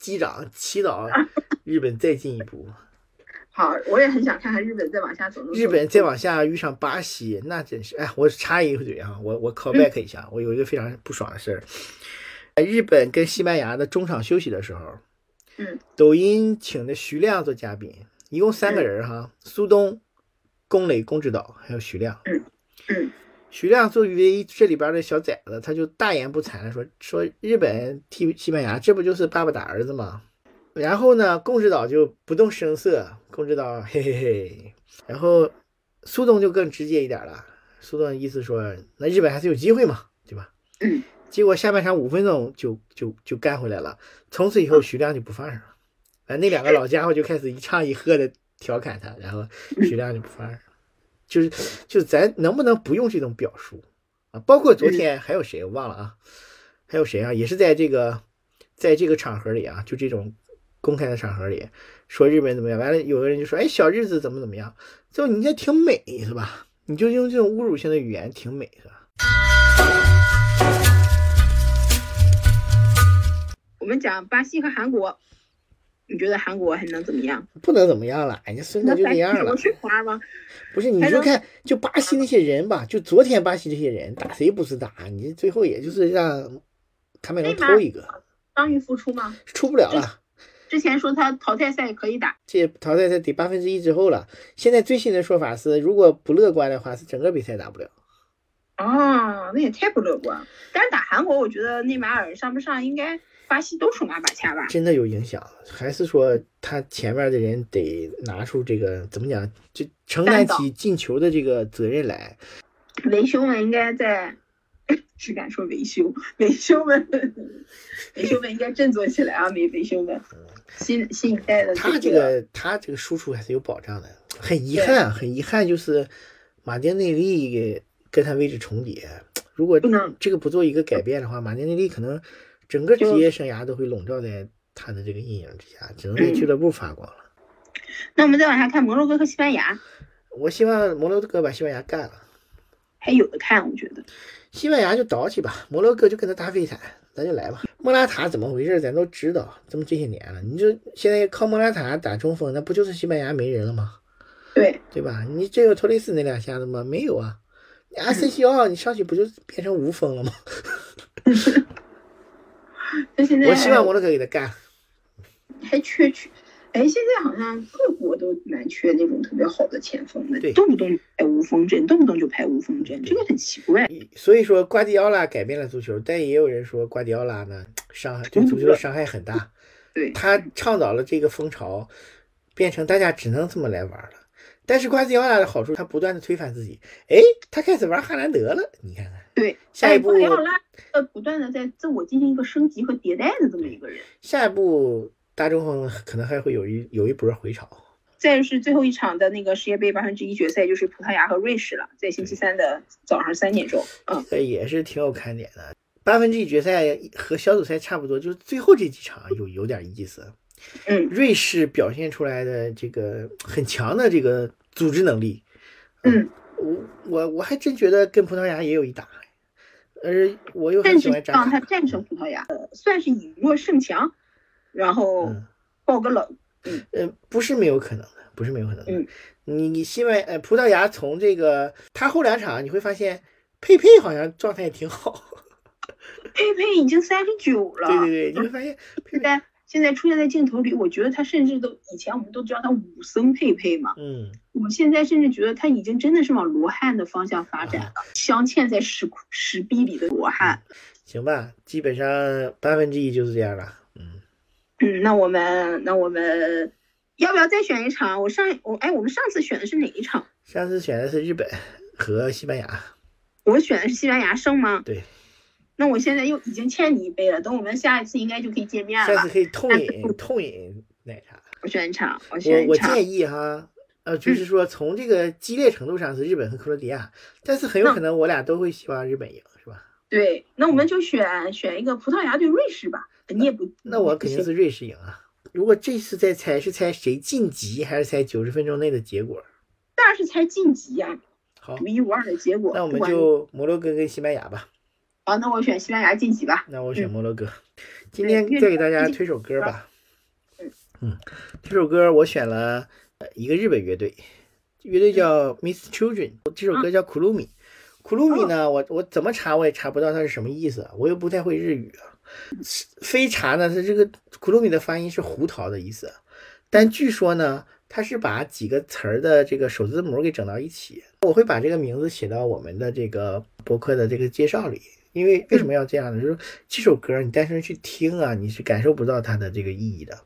S2: 击掌
S3: (laughs)
S2: 祈祷日本再进一步，
S3: 好，我也很想看看日本再往下走。能
S2: 日
S3: 走
S2: 本
S3: 多
S2: 再往下遇上巴西，那真是哎，我插一嘴啊，我我 call back 一下，我有一个非常不爽的事儿，哎日本跟西班牙的中场休息的时候，
S3: 嗯
S2: 抖音请的徐亮做嘉宾，一共三个人哈，苏东、龚磊、龚指导还有徐亮。
S3: 嗯嗯
S2: 徐亮作为这里边的小崽子，他就大言不惭的说说日本踢西班牙，这不就是爸爸打儿子吗？然后呢，龚指导就不动声色，龚指导嘿嘿嘿，然后苏东就更直接一点了，苏东意思说那日本还是有机会嘛，对吧？
S3: 嗯。
S2: 结果下半场五分钟就就就干回来了，从此以后徐亮就不放人了。哎，那两个老家伙就开始一唱一和的调侃他，然后徐亮就不发，就是就是咱能不能不用这种表述啊？包括
S3: 嗯
S2: 昨天还有谁我忘了啊，还有谁啊？也是在这个在这个场合里啊，就这种公开的场合里说日本怎么样，完了有个人就说哎小日子怎么怎么样，就你这挺美是吧？你就用这种侮辱性的语言挺美是吧？
S3: 我们讲巴西和韩国，你觉得韩国还能怎么样？
S2: 不能怎么样了，人家孙子
S3: 能
S2: 就
S3: 摆
S2: 这
S3: 出
S2: 样
S3: 什
S2: 了
S3: 么。水花吗？
S2: 不是，你
S3: 还
S2: 就
S3: 能
S2: 看就巴西那些人吧，就昨天巴西这些人打谁不是打，你最后也就是让卡麦隆
S3: 内马
S2: 偷
S3: 尔
S2: 一个，
S3: 伤愈复出吗？
S2: 出不了了。
S3: 之前说他淘汰赛可以打，
S2: 这淘汰赛得八分之一之后了。现在最新的说法是，如果不乐观的话，是整个比赛打不了。
S3: 哦，那也太不乐观了。但是打韩国，我觉得内马尔上不上应该巴西都手拿把掐吧？
S2: 真的有影响，还是说他前面的人得拿出这个怎么讲，就承担
S3: 担当
S2: 起进球的这个责任来。
S3: 维修们应该在， (laughs) 只敢说维修，维修们，维修们应该振作起来啊！维维修们，新新一代的
S2: 他这
S3: 个
S2: 个他这个输出还是有保障的。很遗憾，很遗憾，就是马丁内利跟他位置重叠。如果
S3: 不能
S2: 这个不做一个改变的话，马丁内利可能整个职
S3: 就
S2: 业生涯都会笼罩在他的这个阴影之下，只能在
S3: 嗯
S2: 俱乐部发光了。
S3: 那我们再往下看，摩洛哥和西班牙
S2: 我希望摩洛哥把西班牙干了，
S3: 还有的看，我觉得。
S2: 西班牙就倒起吧，摩洛哥就跟他搭飞铲，咱就来吧。莫拉塔怎么回事，咱都知道，这么这些年了，你就现在靠莫拉塔打中锋，那不就是西班牙没人了吗？
S3: 对，
S2: 对吧？你只有托雷斯那两下子吗？没有啊。你阿森西奥，你上去不就变成无锋了吗？
S3: 但现在
S2: 我希望摩洛哥给他干。
S3: 还缺缺，哎，现在好像各国都蛮缺那种特别好的前锋
S2: 对
S3: 的，动不动哎无锋阵，动不动就排无锋阵，
S2: 对
S3: 这个很奇怪。
S2: 所以说，瓜迪奥拉改变了足球，但也有人说瓜迪奥拉呢，伤害对足球的伤害很大。
S3: 对，
S2: 他倡导了这个风潮，变成大家只能这么来玩了。但是瓜迪奥拉的好处，他不断的推翻自己。哎，他开始玩哈兰德了，你看看。
S3: 对，
S2: 下一步
S3: 埃奥拉呃不断的在自我进行一个升级和迭代的这么一个人。
S2: 下一步大中锋可能还会有一有一波回潮。
S3: 再就是最后一场的那个世界杯八分之一决赛，就是葡萄牙和瑞士了，在星期三的早上三点钟。嗯，
S2: 这也是挺有看点的。八分之一决赛和小组赛差不多，就是最后这几场有有点意思。
S3: 嗯
S2: 瑞士表现出来的这个很强的这个组织能力，呃
S3: 嗯，
S2: 我我我还真觉得跟葡萄牙也有一搭，而我又很
S3: 但
S2: 喜
S3: 是
S2: 欢扎
S3: 让他
S2: 卡，
S3: 战胜葡萄牙，呃算是以弱胜强，然后
S2: 嗯
S3: 爆个冷。
S2: 呃，不是没有可能的，不是没有可能的。
S3: 嗯
S2: 你你西班呃葡萄牙从这个他后两场你会发现佩佩好像状态也挺好，
S3: 佩佩已经三十九了，(laughs)
S2: 对对对，你会发现佩
S3: 现
S2: 佩
S3: 在现在出现在镜头里，我觉得他甚至都以前我们都知道他武僧佩佩嘛，
S2: 嗯。
S3: 我现在甚至觉得他已经真的是往罗汉的方向发展了，镶嵌在石窟石壁里的罗汉。
S2: 行吧，基本上八分之一就是这样了。嗯，
S3: 嗯，那我们那我们要不要再选一场？我上我哎，我们上次选的是哪一场？
S2: 上次选的是日本和西班牙，
S3: 我选的是西班牙胜吗？
S2: 对，
S3: 那我现在又已经欠你一杯了，等我们下一次应该就可以见面
S2: 下次
S3: 了。
S2: 可以痛饮痛饮奶茶。
S3: 我选一场，我
S2: 我
S3: 选一
S2: 我
S3: 场。
S2: 建议哈，呃，就是说从这个激烈程度上是日本和克罗地亚，但是很有可能我俩都会希望日本赢，是吧？
S3: 对，那我们就选选一个葡萄牙对瑞士吧。你也嗯不，
S2: 那我肯定是瑞士赢啊。如果这次再猜是猜谁晋级，还是猜九十分钟内的结果？
S3: 但是才晋级呀、
S2: 好
S3: 独，一无二的结果。
S2: 哦那我
S3: 不
S2: 们
S3: 管
S2: 就摩洛哥跟西班牙吧。
S3: 啊，那我选西班牙晋级吧。
S2: 那我选
S3: 嗯
S2: 摩洛哥。今
S3: 对
S2: 天
S3: 越
S2: 再
S3: 是
S2: 给大家
S3: 近
S2: 推首歌吧
S3: 嗯。
S2: 嗯，这首歌我选了呃一个日本乐队，乐队叫 Miss Children，这首歌叫《苦鲁米》。苦鲁米呢，我我怎么查我也查不到它是什么意思，我又不太会日语啊。非查呢，它这个苦鲁米的发音是胡桃的意思，但据说呢，它是把几个词儿的这个首字母给整到一起。我会把这个名字写到我们的这个博客的这个介绍里，因为为什么要这样呢？就是这首歌你单纯去听啊，你是感受不到它的这个意义的。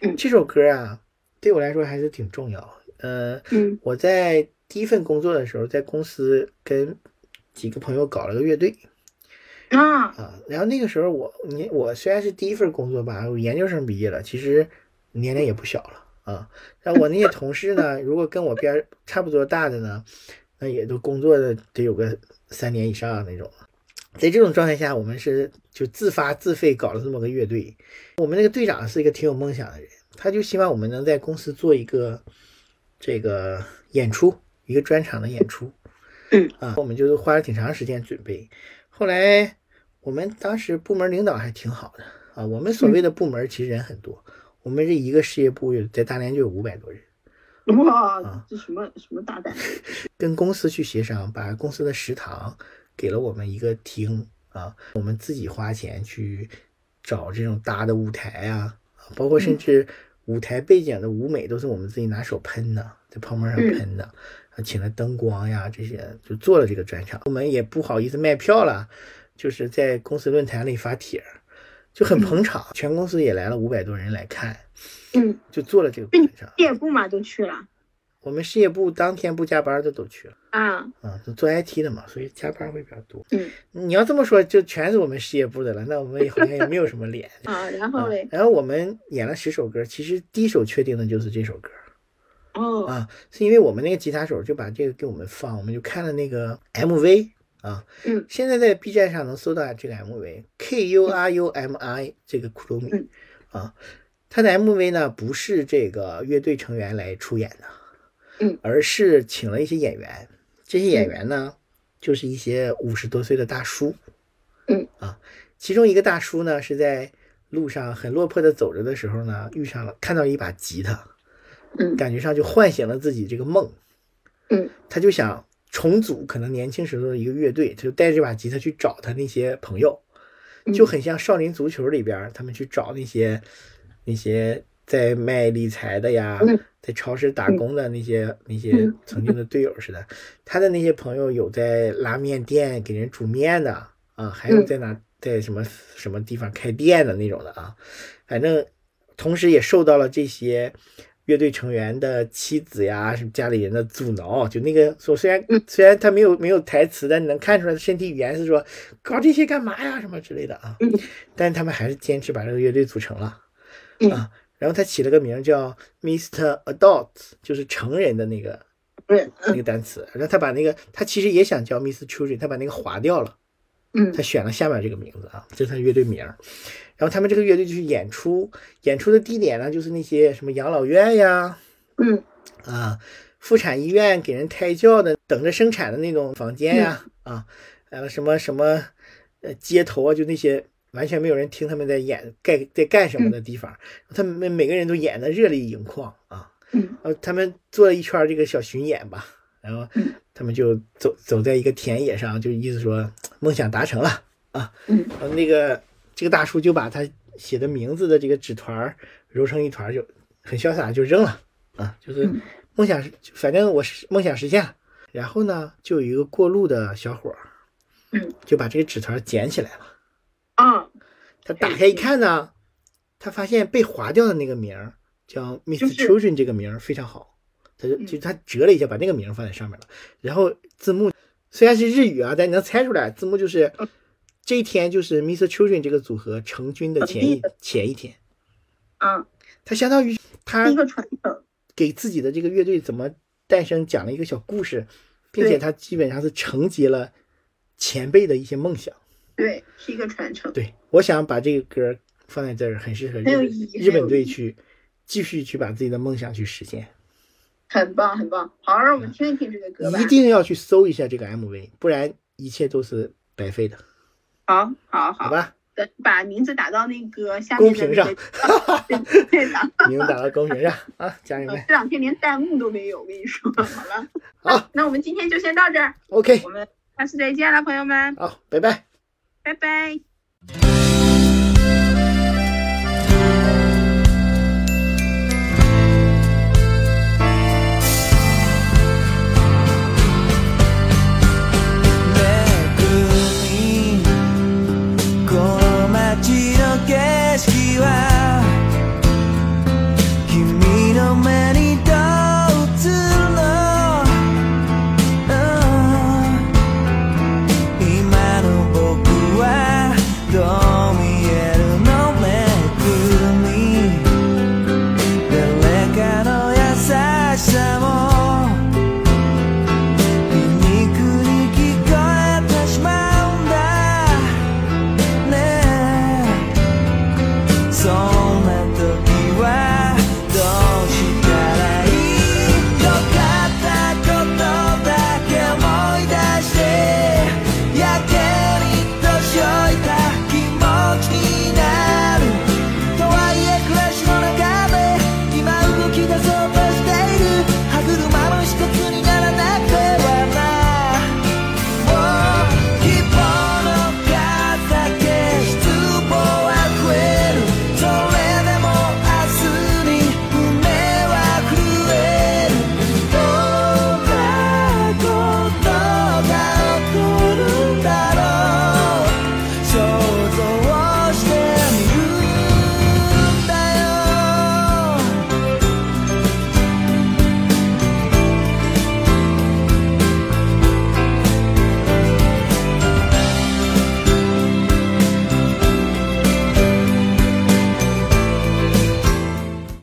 S3: 嗯
S2: 这首歌啊，对我来说还是挺重要。呃，
S3: 嗯
S2: 我在第一份工作的时候，在公司跟几个朋友搞了个乐队
S3: 啊，
S2: 啊，然后那个时候我你我虽然是第一份工作吧，我研究生毕业了，其实年龄也不小了啊。那我那些同事呢，如果跟我边儿差不多大的呢，那也都工作的得有个三年以上那种。在这种状态下，我们是就自发自费搞了这么个乐队。我们那个队长是一个挺有梦想的人，他就希望我们能在公司做一个这个演出，一个专场的演出。
S3: 嗯
S2: 啊，我们就花了挺长时间准备。后来我们当时部门领导还挺好的啊，我们所谓的部门其实人很多，我们这一个事业部在大连就有五百多人。
S3: 哇，
S2: 啊
S3: 这什么什么大胆？
S2: 跟公司去协商，把公司的食堂给了我们一个厅啊，我们自己花钱去找这种搭的舞台啊，啊包括甚至舞台背景的舞美都是我们自己拿手喷的，在泡沫上喷的，啊请了灯光呀这些，就做了这个专场。我们也不好意思卖票了，就是在公司论坛里发帖儿，就很捧场，全公司也来了五百多人来看，
S3: 嗯，
S2: 就做了这个
S3: 那
S2: 专
S3: 你
S2: 场。
S3: 业部嘛都去了
S2: 我们事业部当天不加班的都去了。
S3: 啊？
S2: 啊，就做 IT 的嘛，所以加班会比较多。
S3: 嗯
S2: 你要这么说，就全是我们事业部的了，那我们也好像也没有什么
S3: (laughs)
S2: 脸。
S3: 啊，然
S2: 啊
S3: 后嘞，
S2: 然后我们演了十首歌，其实第一首确定的就是这首歌
S3: 哦，
S2: 啊，是因为我们那个吉他手就把这个给我们放，我们就看了那个 MV 啊，
S3: 嗯，
S2: 现在在 B 站上能搜到这个 MV，K U R U M I 这个库鲁米
S3: 嗯
S2: 啊，他的 MV 呢不是这个乐队成员来出演的，
S3: 嗯，
S2: 而是请了一些演员，这些演员呢、就是一些五十多岁的大叔，
S3: 嗯
S2: 啊，其中一个大叔呢是在路上很落魄的走着的时候呢，遇上了看到一把吉他，
S3: 嗯
S2: 感觉上就唤醒了自己这个梦，
S3: 嗯，
S2: 他就想重组可能年轻时候的一个乐队，他就带着把吉他去找他那些朋友，
S3: 嗯
S2: 就很像少林足球里边儿他们去找那些那些在卖理财的呀
S3: 嗯，
S2: 在超市打工的那些那些
S3: 嗯
S2: 曾经的队友似的。他的那些朋友有在拉面店给人煮面的啊，还有
S3: 嗯
S2: 在哪在什么什么地方开店的那种的啊，反正同时也受到了这些乐队成员的妻子呀、什么家里人的阻挠。就那个说，虽然
S3: 嗯
S2: 虽然他没有没有台词，但你能看出来他身体语言是说搞这些干嘛呀什么之类的啊。
S3: 嗯
S2: 但是他们还是坚持把这个乐队组成了。
S3: 嗯
S2: 啊，然后他起了个名叫 Mr. Adult，就是成人的那个
S3: 不是，
S2: 那个单词。然后他把那个他其实也想叫 Mr. Children，他把那个划掉了。
S3: 嗯
S2: 他选了下面这个名字啊，这是他乐队名儿。然后他们这个乐队就去演出，演出的地点呢，就是那些什么养老院呀、
S3: 嗯
S2: 啊、妇产医院给人胎教的、等着生产的那种房间呀、
S3: 嗯
S2: 啊，还有什么什么呃街头啊，就那些完全没有人听他们在演干在干什
S3: 嗯
S2: 么的地方，他们每个人都演得热泪盈眶啊。
S3: 嗯
S2: 然后他们做了一圈儿这个小巡演吧，然后
S3: 嗯
S2: 他们就走走在一个田野上，就意思说梦想达成了啊。
S3: 嗯，
S2: 然后那个这个大叔就把他写的名字的这个纸团儿揉成一团儿就，很潇洒地就扔了啊，就是
S3: 嗯
S2: 梦想，反正我是梦想实现了。然后呢，就有一个过路的小伙儿，
S3: 嗯，
S2: 就把这个纸团儿捡起来了。
S3: 啊，
S2: 他打开一看
S3: 嗯
S2: 呢，他发现被划掉的那个名儿叫 Miss
S3: 就是
S2: Children 这个名儿非常好，他就
S3: 嗯
S2: 就他折了一下，把那个名儿放在上面了。然后字幕虽然是日语啊，但你能猜出来，字幕就是
S3: 哦
S2: 这一天就是 Miss Children 这个组合成军的前一
S3: 成
S2: 前一天，
S3: 啊，
S2: 他相当于
S3: 第
S2: 他
S3: 一个传承，
S2: 给自己的这个乐队怎么诞生讲了一个小故事，并且
S3: 对
S2: 他基本上是承接了前辈的一些梦想。
S3: 对，是一个传承，
S2: 对，我想把这个歌放在这儿，很适合日
S3: 很有
S2: 本
S3: 意义
S2: 日
S3: 很有
S2: 本队
S3: 意义
S2: 去继续去把自己的梦想去实现。
S3: 很棒很棒。好，让我们听一听这个歌吧
S2: 一。定要去搜一下这个 MV，不然一切都是白费的，
S3: 好好
S2: 好
S3: 好，
S2: 吧？
S3: 等把名字打到那个下
S2: 公
S3: 面的那
S2: 屏上
S3: 个，
S2: (laughs)
S3: 对对的。
S2: 你们打到公屏上啊，家
S3: (laughs)
S2: 人
S3: 呃
S2: 们
S3: 这两天连弹幕都没有，我跟你说。好了，
S2: 好
S3: 那我们今天就先到这儿，
S2: ，OK，
S3: 我们下次再见了，朋友们，
S2: 好，拜拜。
S3: 拜拜。
S4: 「